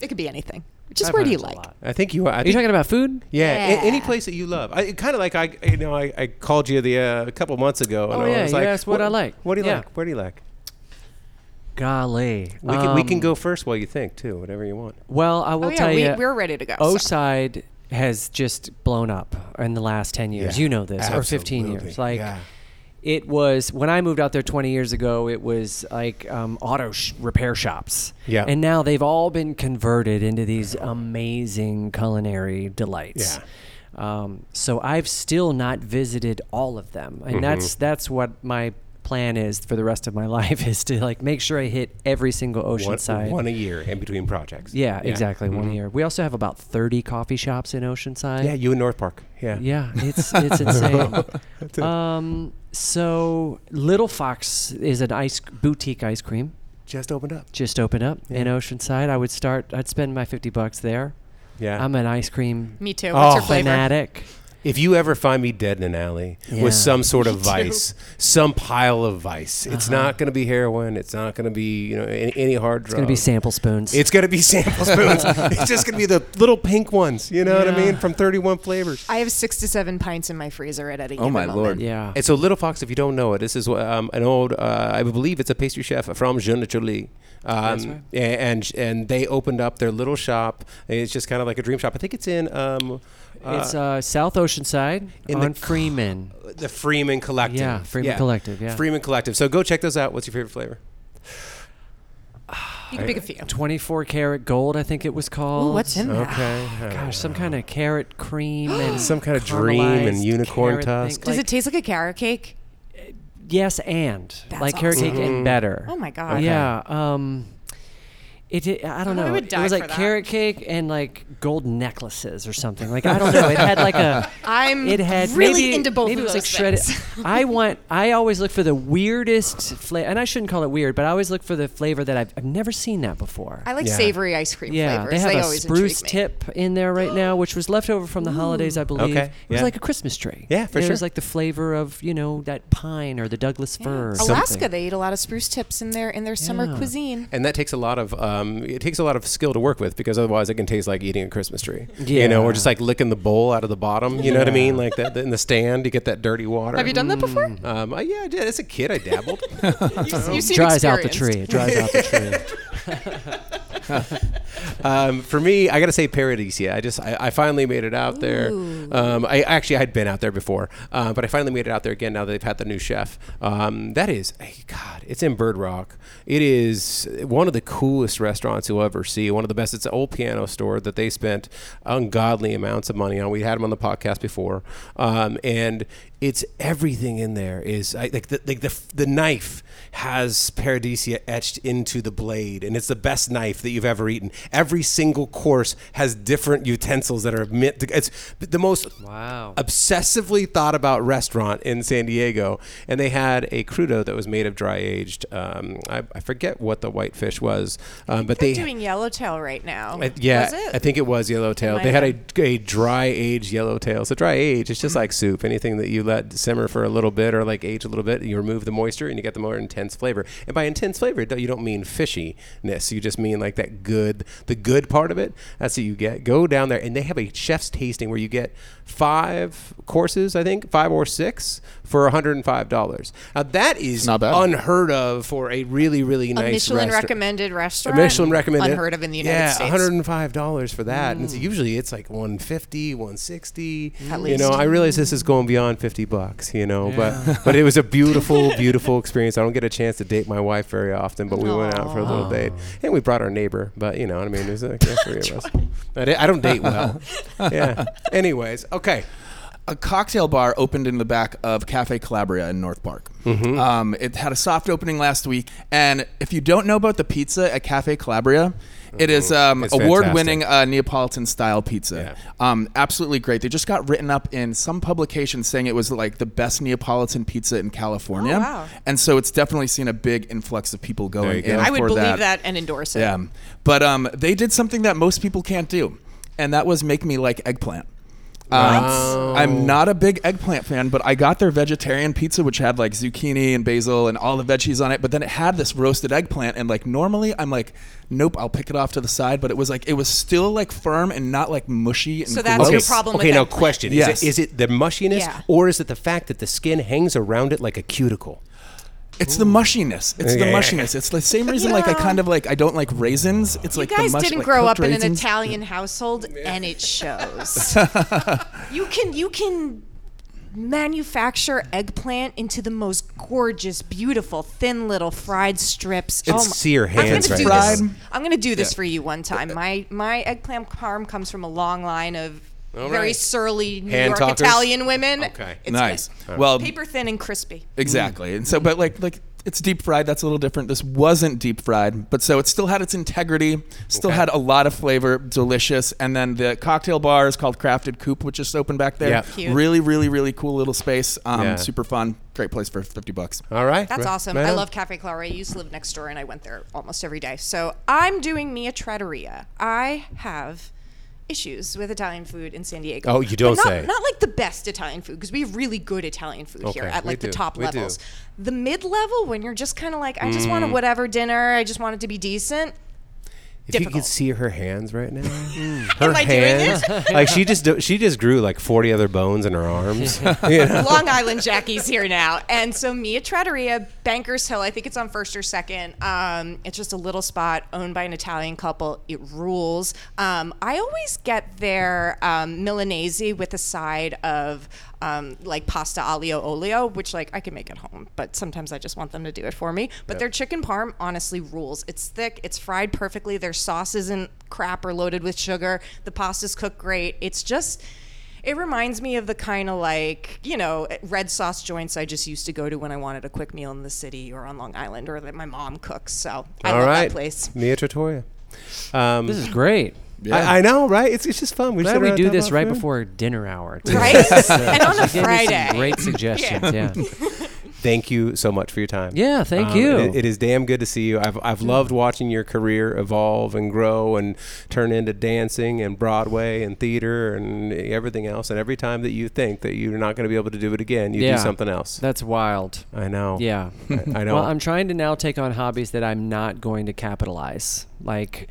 S2: it could be anything. Just where do you
S4: 500 is a
S2: like?
S4: lot.
S3: I think you. I
S4: Are you
S3: think-
S4: talking about food?
S3: Yeah, a-
S2: Yeah.
S3: any place that you love. I kind of like I, you know, I, I called you the uh, a couple months ago. And
S4: Oh,
S3: I
S4: yeah,
S3: was
S4: you
S3: like,
S4: asked what I like.
S3: What do you
S4: Yeah.
S3: like? Where do you like?
S4: Golly,
S3: We can, we can
S4: Um,
S3: go first while you think too. Whatever you want.
S4: Well, I will
S2: Oh yeah,
S4: tell
S2: we,
S4: you,
S2: we're ready to go. so.
S4: O-side has just blown up in the last 10 years.
S3: Yeah,
S4: you know this, or 15 years.
S3: absolutely,
S4: Like
S3: yeah.
S4: it was when I moved out there 20 years ago, it was like um, auto sh- repair shops.
S3: Yeah.
S4: And now they've all been converted into these amazing culinary delights.
S3: Yeah.
S4: Um, so I've still not visited all of them,
S3: Mm-hmm.
S4: and that's that's what my plan is for the rest of my life is to like make sure I hit every single
S3: One,
S4: oceanside
S3: one a year in between projects.
S4: yeah, exactly. One year. We also have about thirty coffee shops in Oceanside.
S3: Mm-hmm. Yeah, you in North Park. Yeah.
S4: yeah, it's it's insane. um, so Little Fox is an ice boutique ice cream
S3: Just opened up.
S4: just opened up in Oceanside. I would start. I'd spend my fifty bucks there.
S3: Yeah.
S4: I'm an ice cream
S2: Me too. What's
S3: Oh.
S2: Mm, your flavor?
S4: fanatic.
S3: If you ever find me dead in an alley
S4: Yeah.
S3: with some sort of vice, some pile of vice, it's not going to be heroin. It's not going to be you know any, any hard
S4: It's
S3: drug.
S4: gonna be sample spoons.
S3: It's going to be sample spoons. it's just going to be the little pink ones. You know what I
S4: Yeah.
S3: mean? From 31 flavors.
S2: I have six to seven pints in my freezer at any
S1: Oh,
S2: given
S1: my
S2: moment.
S1: Lord.
S4: yeah.
S3: And so, Little Fox, if you don't know it, this is um, an old, uh, I believe it's a pastry chef from Jeune Jolie. Um,
S4: That's right.
S3: a- And and they opened up their little shop. It's just kind of like a dream shop. I think it's in um, uh,
S4: it's uh, South Oceanside
S3: in the
S4: on Freeman.
S3: uh, the Freeman Collective.
S4: Yeah, Freeman Collective, yeah.
S3: Freeman Collective. So go check those out. What's your favorite flavor?
S2: You can pick a few.
S4: Twenty-four karat gold, I think it was called.
S2: Ooh, what's in that?
S3: Okay.
S4: Ah, Gosh, some kind of carrot cream and
S3: Uh, Some kind of dream and
S4: caramelized
S3: unicorn
S4: carrot thing.
S3: tusk.
S2: Does
S4: Like-
S2: it taste like a carrot cake?
S4: Yes, and
S2: That's
S4: like carrot
S2: awesome.
S4: cake and better.
S2: Oh my god.
S4: Yeah. Um, it. it I don't
S2: I
S4: know.
S2: would
S4: it
S2: die
S4: was
S2: for
S4: like
S2: that.
S4: carrot cake and like gold necklaces or something. Like I don't know. It had like a.
S2: I'm
S4: It had
S2: really
S4: maybe-
S2: into both
S4: maybe
S2: of
S4: it was
S2: those
S4: like shredded.
S2: things.
S4: I want. I always look for the weirdest flavor, and I shouldn't call it weird, but I always look for the flavor that I've, I've never seen that before.
S2: I like
S3: Yeah.
S2: savory ice cream
S4: yeah,
S2: flavors.
S4: they have a
S2: always
S4: spruce
S2: intrigue me.
S4: tip in there right now, which was left over from the holidays, I believe.
S3: Okay,
S4: It was
S3: yeah.
S4: like a Christmas tree.
S3: Yeah, for
S4: it
S3: sure.
S4: was like the flavor of you know that pine or the Douglas fir. Or
S2: Alaska,
S4: something.
S2: they eat a lot of spruce tips in their in their summer
S4: Yeah.
S2: cuisine.
S3: and that takes a lot of um, it takes a lot of skill to work with because otherwise it can taste like eating a Christmas tree. You know, or
S4: Yeah.
S3: just like licking the bowl out of the bottom. You know what I mean? Like that in the stand, you get that dirty water.
S2: Have you done that before?
S3: Um, I- yeah, I did. As a kid, I dabbled.
S2: You, you seem
S4: dries out the
S2: experienced.
S4: tree. It dries out the tree.
S3: um, for me, I got to say Paradisia. I just I, I finally made it out there. Um, I actually I had been out there before, uh, but I finally made it out there again. Now that they've had the new chef, um, that is hey, God. It's in Bird Rock. It is one of the coolest restaurants you'll ever see. One of the best. It's an old piano store that they spent ungodly amounts of money on. We had them on the podcast before, um, and it's everything in there is I, like the like the the knife has paradisia etched into the blade and it's the best knife that you've ever eaten Every single course has different utensils that are meant to. It's the most
S4: Wow.
S3: obsessively thought about restaurant in San Diego, and they had a crudo that was made of dry aged. Um, I, I forget what the white fish was, um, but they.
S2: They're doing Yellowtail right now.
S3: I- yeah,
S2: Was it?
S3: I think it was yellowtail.
S2: Might
S3: They had a,
S2: have Mm-hmm.
S3: a dry aged yellowtail. So dry age, it's just like soup. Anything that you let simmer for a little bit or like age a little bit, you remove the moisture and you get the more intense flavor. And by intense flavor, don't- you don't mean fishiness. You just mean like that good, the good part of it. That's what you get. Go down there and they have a chef's tasting where you get five courses, I think, five or six for $105. Now that is
S1: not bad.
S3: unheard of for a really, really
S2: a
S3: nice
S2: Michelin
S3: restaurant.
S2: recommended restaurant.
S3: Michelin recommended.
S2: Unheard of in the United
S3: yeah,
S2: States. Mm.
S3: $105 for that. And it's, usually it's like 150, 160.
S2: At
S3: you
S2: least.
S3: know, I realize this is going beyond 50 bucks, you know, but but it was a beautiful beautiful experience. I don't get a chance to date my wife very often, but we went out for a little date. And we brought our neighbor, but you know, what I mean, there's like the three of us. But I I don't date well. yeah. Anyways, okay.
S1: a cocktail bar opened in the back of Cafe Calabria in North Park.
S3: Mm-hmm.
S1: Um, it had a soft opening last week, and if you don't know about the pizza at Cafe Calabria, it is um,
S3: Mm-hmm. It's
S1: award-winning uh, Neapolitan-style pizza.
S3: Yeah.
S1: Um, absolutely great. They just got written up in some publication saying it was like the best Neapolitan pizza in California,
S2: Oh, wow.
S1: and so it's definitely seen a big influx of people
S3: There you
S1: going
S3: go.
S1: in
S2: I would
S1: for
S2: believe
S1: that.
S2: that. and endorse it.
S1: Yeah, but um, they did something that most people can't do, and that was make me like eggplant. Um,
S3: Wow.
S1: I'm not a big eggplant fan, but I got their vegetarian pizza, which had like zucchini and basil and all the veggies on it. But then it had this roasted eggplant, and like normally I'm like, nope, I'll pick it off to the side. But it was like it was still like firm and not like mushy. And
S2: So that's
S1: gross.
S2: your problem
S3: okay,
S2: with
S3: now
S2: eggplant.
S3: question.
S1: Yes.
S3: Is, it, is it the mushiness
S2: Yeah.
S3: or is it the fact that the skin hangs around it like a cuticle?
S1: It's the mushiness. It's
S3: Yeah,
S1: the
S3: yeah,
S1: mushiness. It's the same reason like I
S2: Yeah.
S1: kind of like I don't like raisins. It's
S2: You
S1: like
S2: guys
S1: the mush,
S2: didn't
S1: like,
S2: grow
S1: cooked
S2: up in an
S1: raisins.
S2: Italian household, and it shows. you can you can manufacture eggplant into the most gorgeous, beautiful, thin little fried strips. It's
S3: see your hands
S1: right now.
S2: I'm gonna do
S1: Fried. Uh,
S2: this. I'm gonna do this for you one time. My my eggplant parm comes from a long line of.
S3: All
S2: Very
S3: right.
S2: surly New
S3: Hand
S2: York
S3: talkers?
S2: Italian women.
S3: Okay.
S2: It's
S1: Nice.
S2: good.
S1: Well,
S2: paper thin and crispy.
S1: Exactly. And so, but like, like it's deep fried. That's a little different. This wasn't deep fried, but so it still had its integrity. Still
S3: Okay.
S1: had a lot of flavor. Delicious. And then the cocktail bar is called Crafted Coop, which just opened back there.
S3: Yeah.
S2: Cute.
S1: Really, really, really cool little space. Um,
S3: Yeah. Oh,
S1: Super fun. Great place for fifty bucks.
S3: All right.
S2: That's
S3: Right-
S2: awesome.
S3: right
S2: I
S3: on.
S2: love Cafe Clara. I used to live next door and I went there almost every day. So I'm doing me a trattoria. I have issues with Italian food in San Diego.
S3: Oh, you don't
S2: But not,
S3: say.
S2: Not like the best Italian food because we have really good Italian food here
S3: Okay,
S2: at
S3: we
S2: like the
S3: do.
S2: top
S3: We do. Mm.
S2: levels. The mid level, when you're just kind of like, I just want a whatever dinner, I just want it to be decent.
S3: If you
S2: difficult.
S3: could see her hands right now, her
S2: Mm. Am I doing
S3: hands, like she just do- she just grew like forty other bones in her arms. You know?
S2: Long Island Jackie's here now. And so Mia Trattoria, Bankers Hill, I think it's on first or second. Um, it's just a little spot owned by an Italian couple. It rules. Um, I always get their um, Milanese with a side of um, like pasta aglio olio, which like I can make at home, but sometimes I just want them to do it for me. But their chicken parm honestly rules. It's thick, it's fried perfectly. Their sauce isn't crap or loaded with sugar. The pasta's cooked great. It's just it reminds me of the kind of like, you know, red sauce joints I just used to go to when I wanted a quick meal in the city or on Long Island or that my mom cooks. So I
S3: All
S2: love
S3: right,
S2: that place.
S3: Mia Trattoria. Um,
S4: This is great.
S3: I, I know, right? It's, it's just fun. We
S4: Glad
S3: sit
S4: we
S3: around
S4: do
S3: and talk
S4: this
S3: about
S4: right
S3: food.
S4: before dinner hour. too.
S2: Right? and on a
S4: She gave me some
S2: Friday.
S4: Great suggestions. Yeah. yeah.
S3: Thank you so much for your time. Um,
S4: Yeah, thank you.
S3: Uh, It, it is damn good to see you. I've I've loved watching your career evolve and grow and turn into dancing and Broadway and theater and everything else. And every time that you think that you're not going to be able to do it again, you
S4: Yeah.
S3: do something else.
S4: That's wild.
S3: I know.
S4: Yeah.
S3: Oh. I, I know.
S4: Well, I'm trying to now take on hobbies that I'm not going to capitalize. Like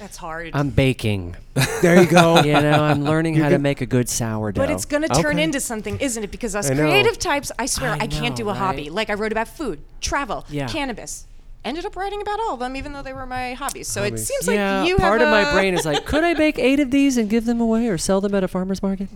S2: That's hard.
S4: I'm baking.
S3: there you go.
S4: You know, I'm learning how to make a good sourdough.
S2: but it's going to turn
S3: Okay.
S2: into something, isn't it? Because us
S3: I know.
S2: creative types, I swear, I,
S4: I
S2: can't
S4: know,
S2: do a hobby.
S4: right?
S2: Like I wrote about food, travel,
S4: Yeah.
S2: cannabis. Ended up writing about all of them, even though they were my hobbies. So it seems
S4: yeah,
S2: like you
S4: part
S2: have
S4: of my
S2: a-
S4: brain is like, could I bake eight of these and give them away or sell them at a farmer's market?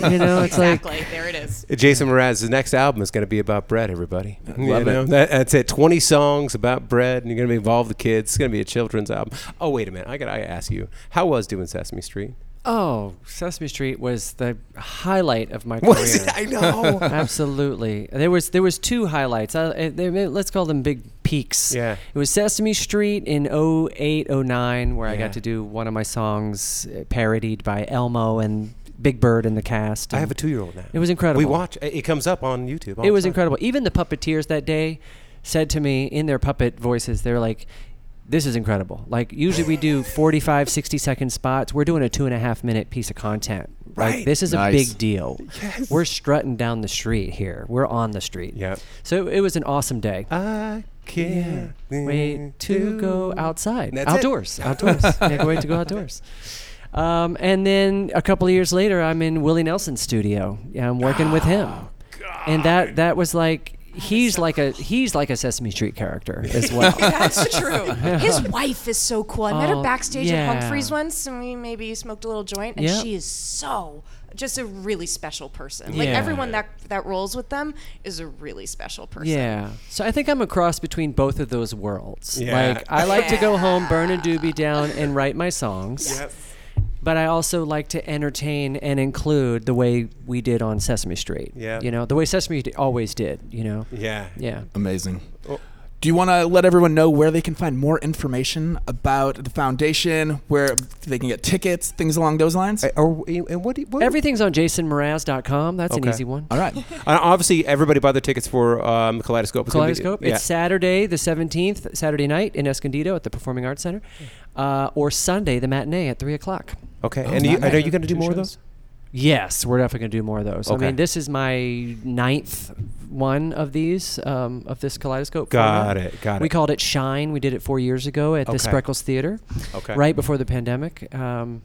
S4: you know, it's like
S2: exactly. there it is.
S3: Jason Mraz's next album is going to be about bread, everybody. You
S1: love it.
S3: know, that- that's it. 20 songs about bread, and you're going to involve the kids. It's going to be a children's album. Oh, wait a minute. I got to ask you, how was doing Sesame Street?
S4: Oh, Sesame Street was the highlight of my career.
S3: Was it? I know.
S4: Absolutely. There was there was two highlights. I, I- they, they- let's call them big peaks.
S3: Yeah.
S4: It was Sesame Street in 08, 09, where I
S3: Yeah.
S4: got to do one of my songs uh, parodied by Elmo and Big Bird in the cast.
S3: I have
S4: and
S3: a two-year-old now.
S4: It was incredible.
S3: We watch. It comes up on YouTube. all
S4: It
S3: the
S4: was
S3: time.
S4: incredible. Even the puppeteers that day said to me in their puppet voices, they were like, this is incredible. Like, usually we do 45, 60 second spots. We're doing a two and a half minute piece of content.
S3: Right.
S4: Like, this is
S1: Nice.
S4: a big deal. Yes. We're strutting down the street here. We're on the street.
S3: Yep.
S4: So it was an awesome day.
S3: I can't
S4: Wait to go outside.
S3: That's it.
S4: outdoors. Outdoors. Make a way to go outdoors. Um, and then a couple of years later, I'm in Willie Nelson's studio. Yeah, I'm working with him. And that that was like he's like a he's like a Sesame Street character as well.
S2: That's true.
S6: His wife is so cool. I met her
S4: Oh,
S6: backstage
S4: yeah.
S6: at Humphreys once, and we maybe smoked a little joint. And
S4: Yep.
S6: she is so just a really special person. Like
S4: Yeah.
S6: everyone that that rolls with them is a really special person.
S4: Yeah. So I think I'm a cross between both of those worlds.
S3: Yeah.
S4: Like I like to go home, burn a doobie down, and write my songs. But I also like to entertain and include the way we did on Sesame Street.
S3: Yeah.
S4: You know, the way Sesame Street always did, you know?
S3: Yeah.
S4: Yeah.
S1: Amazing.
S3: Oh.
S1: Do you want to let everyone know where they can find more information about the foundation, where they can get tickets, things along those lines?
S3: Or and what? do you- what
S4: Everything's on jasonmoraz.com. That's
S3: Okay.
S4: an easy one.
S1: All right.
S3: Uh, obviously, everybody bought their tickets for um, Kaleidoscope. It's gonna be-
S4: Kaleidoscope.
S3: yeah.
S4: It's Saturday, the 17th, Saturday night in Escondido at the Performing Arts Center, uh, or Sunday, the matinee at 3 o'clock.
S3: okay. and you,
S1: nice.
S3: and are you going to do
S1: Two
S3: more of
S1: shows?
S3: those?
S4: Yes, we're definitely going to do more of those.
S3: Okay.
S4: I mean, this is my ninth one of these, um, of this Kaleidoscope.
S3: Got
S4: format.
S3: it. Got it.
S4: We called it Shine. We did it four years ago at
S3: Okay.
S4: the Spreckles Theater,
S3: Okay.
S4: right before the pandemic. Um,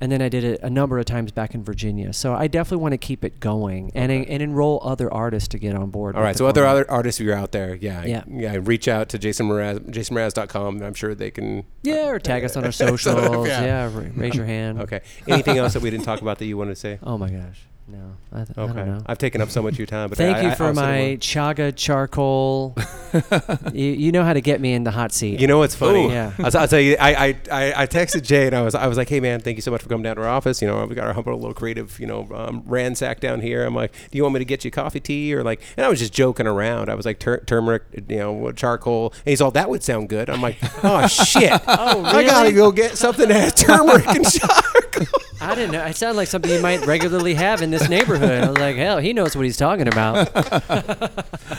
S4: and then I did it a number of times back in Virginia. So I definitely want to keep it going and, and enroll other artists to get on board.
S3: All
S4: with
S3: right.
S4: the
S3: So other
S4: format.
S3: other artists, if you're out there, yeah,
S4: Yeah.
S3: yeah, reach out to Jason Mraz, jasonmraz.com. I'm sure they can.
S4: Yeah, or tag us on our socials. yeah, ra- raise your hand.
S3: Okay. Anything else that we didn't talk about that you wanted to say?
S4: Oh my gosh. No, I, th- I
S3: Okay.
S4: don't know.
S3: have taken up so much of your time, but
S4: Thank
S3: I-
S4: you
S3: I-
S4: for
S3: I'll sit
S4: my
S3: alone.
S4: chaga charcoal. you, you know how to get me in the hot seat.
S3: You know what's funny?
S4: Ooh. Yeah.
S3: I'll, I'll tell you. I, I, I, I texted Jay and I was I was like, hey man, thank you so much for coming down to our office. You know, we got our humble little creative, you know, um, ransack down here. I'm like, do you want me to get you coffee, tea, or like? And I was just joking around. I was like, tur- turmeric, you know, charcoal. And he's all, that would sound good. I'm like, oh shit, oh, I gotta go get something that has turmeric and charcoal.
S4: I didn't know. It sounded like something you might regularly have in this neighborhood. I was like, hell, he knows what he's talking about.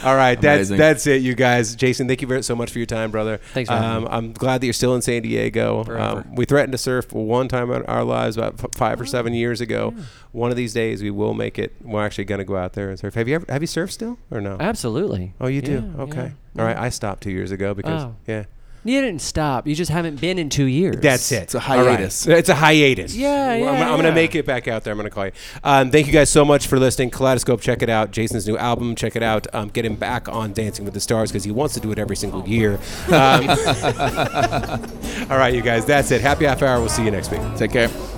S3: All right, that's
S1: Amazing.
S3: that's it, you guys. Jason, thank you very so much for your time, brother.
S4: Thanks for having
S3: Um, I'm glad that you're still in San Diego. Um,
S4: Forever. Oh,
S3: we threatened to surf one time in our lives about f- five or seven years ago. One of these days, we will make it. We're actually going to go out there and surf. Have you ever have you surfed still or no?
S4: Absolutely.
S3: oh, you do.
S4: Yeah,
S3: okay.
S4: yeah,
S3: All right.
S4: yeah.
S3: I stopped two years ago because
S4: Oh.
S3: yeah.
S4: You didn't stop. You just haven't been in two years.
S3: That's it.
S1: It's a
S3: All right.
S1: hiatus.
S3: It's a hiatus.
S4: Yeah,
S3: I'm,
S4: yeah,
S3: I'm gonna
S4: yeah.
S3: make it back out there. I'm gonna call you. Um, thank you guys so much for listening. Kaleidoscope, check it out. Jason's new album, check it out. Um, get him back on Dancing with the Stars because he wants to do it every single year. Um, all right, you guys. That's it. Happy half hour. We'll see you next week.
S1: Take care.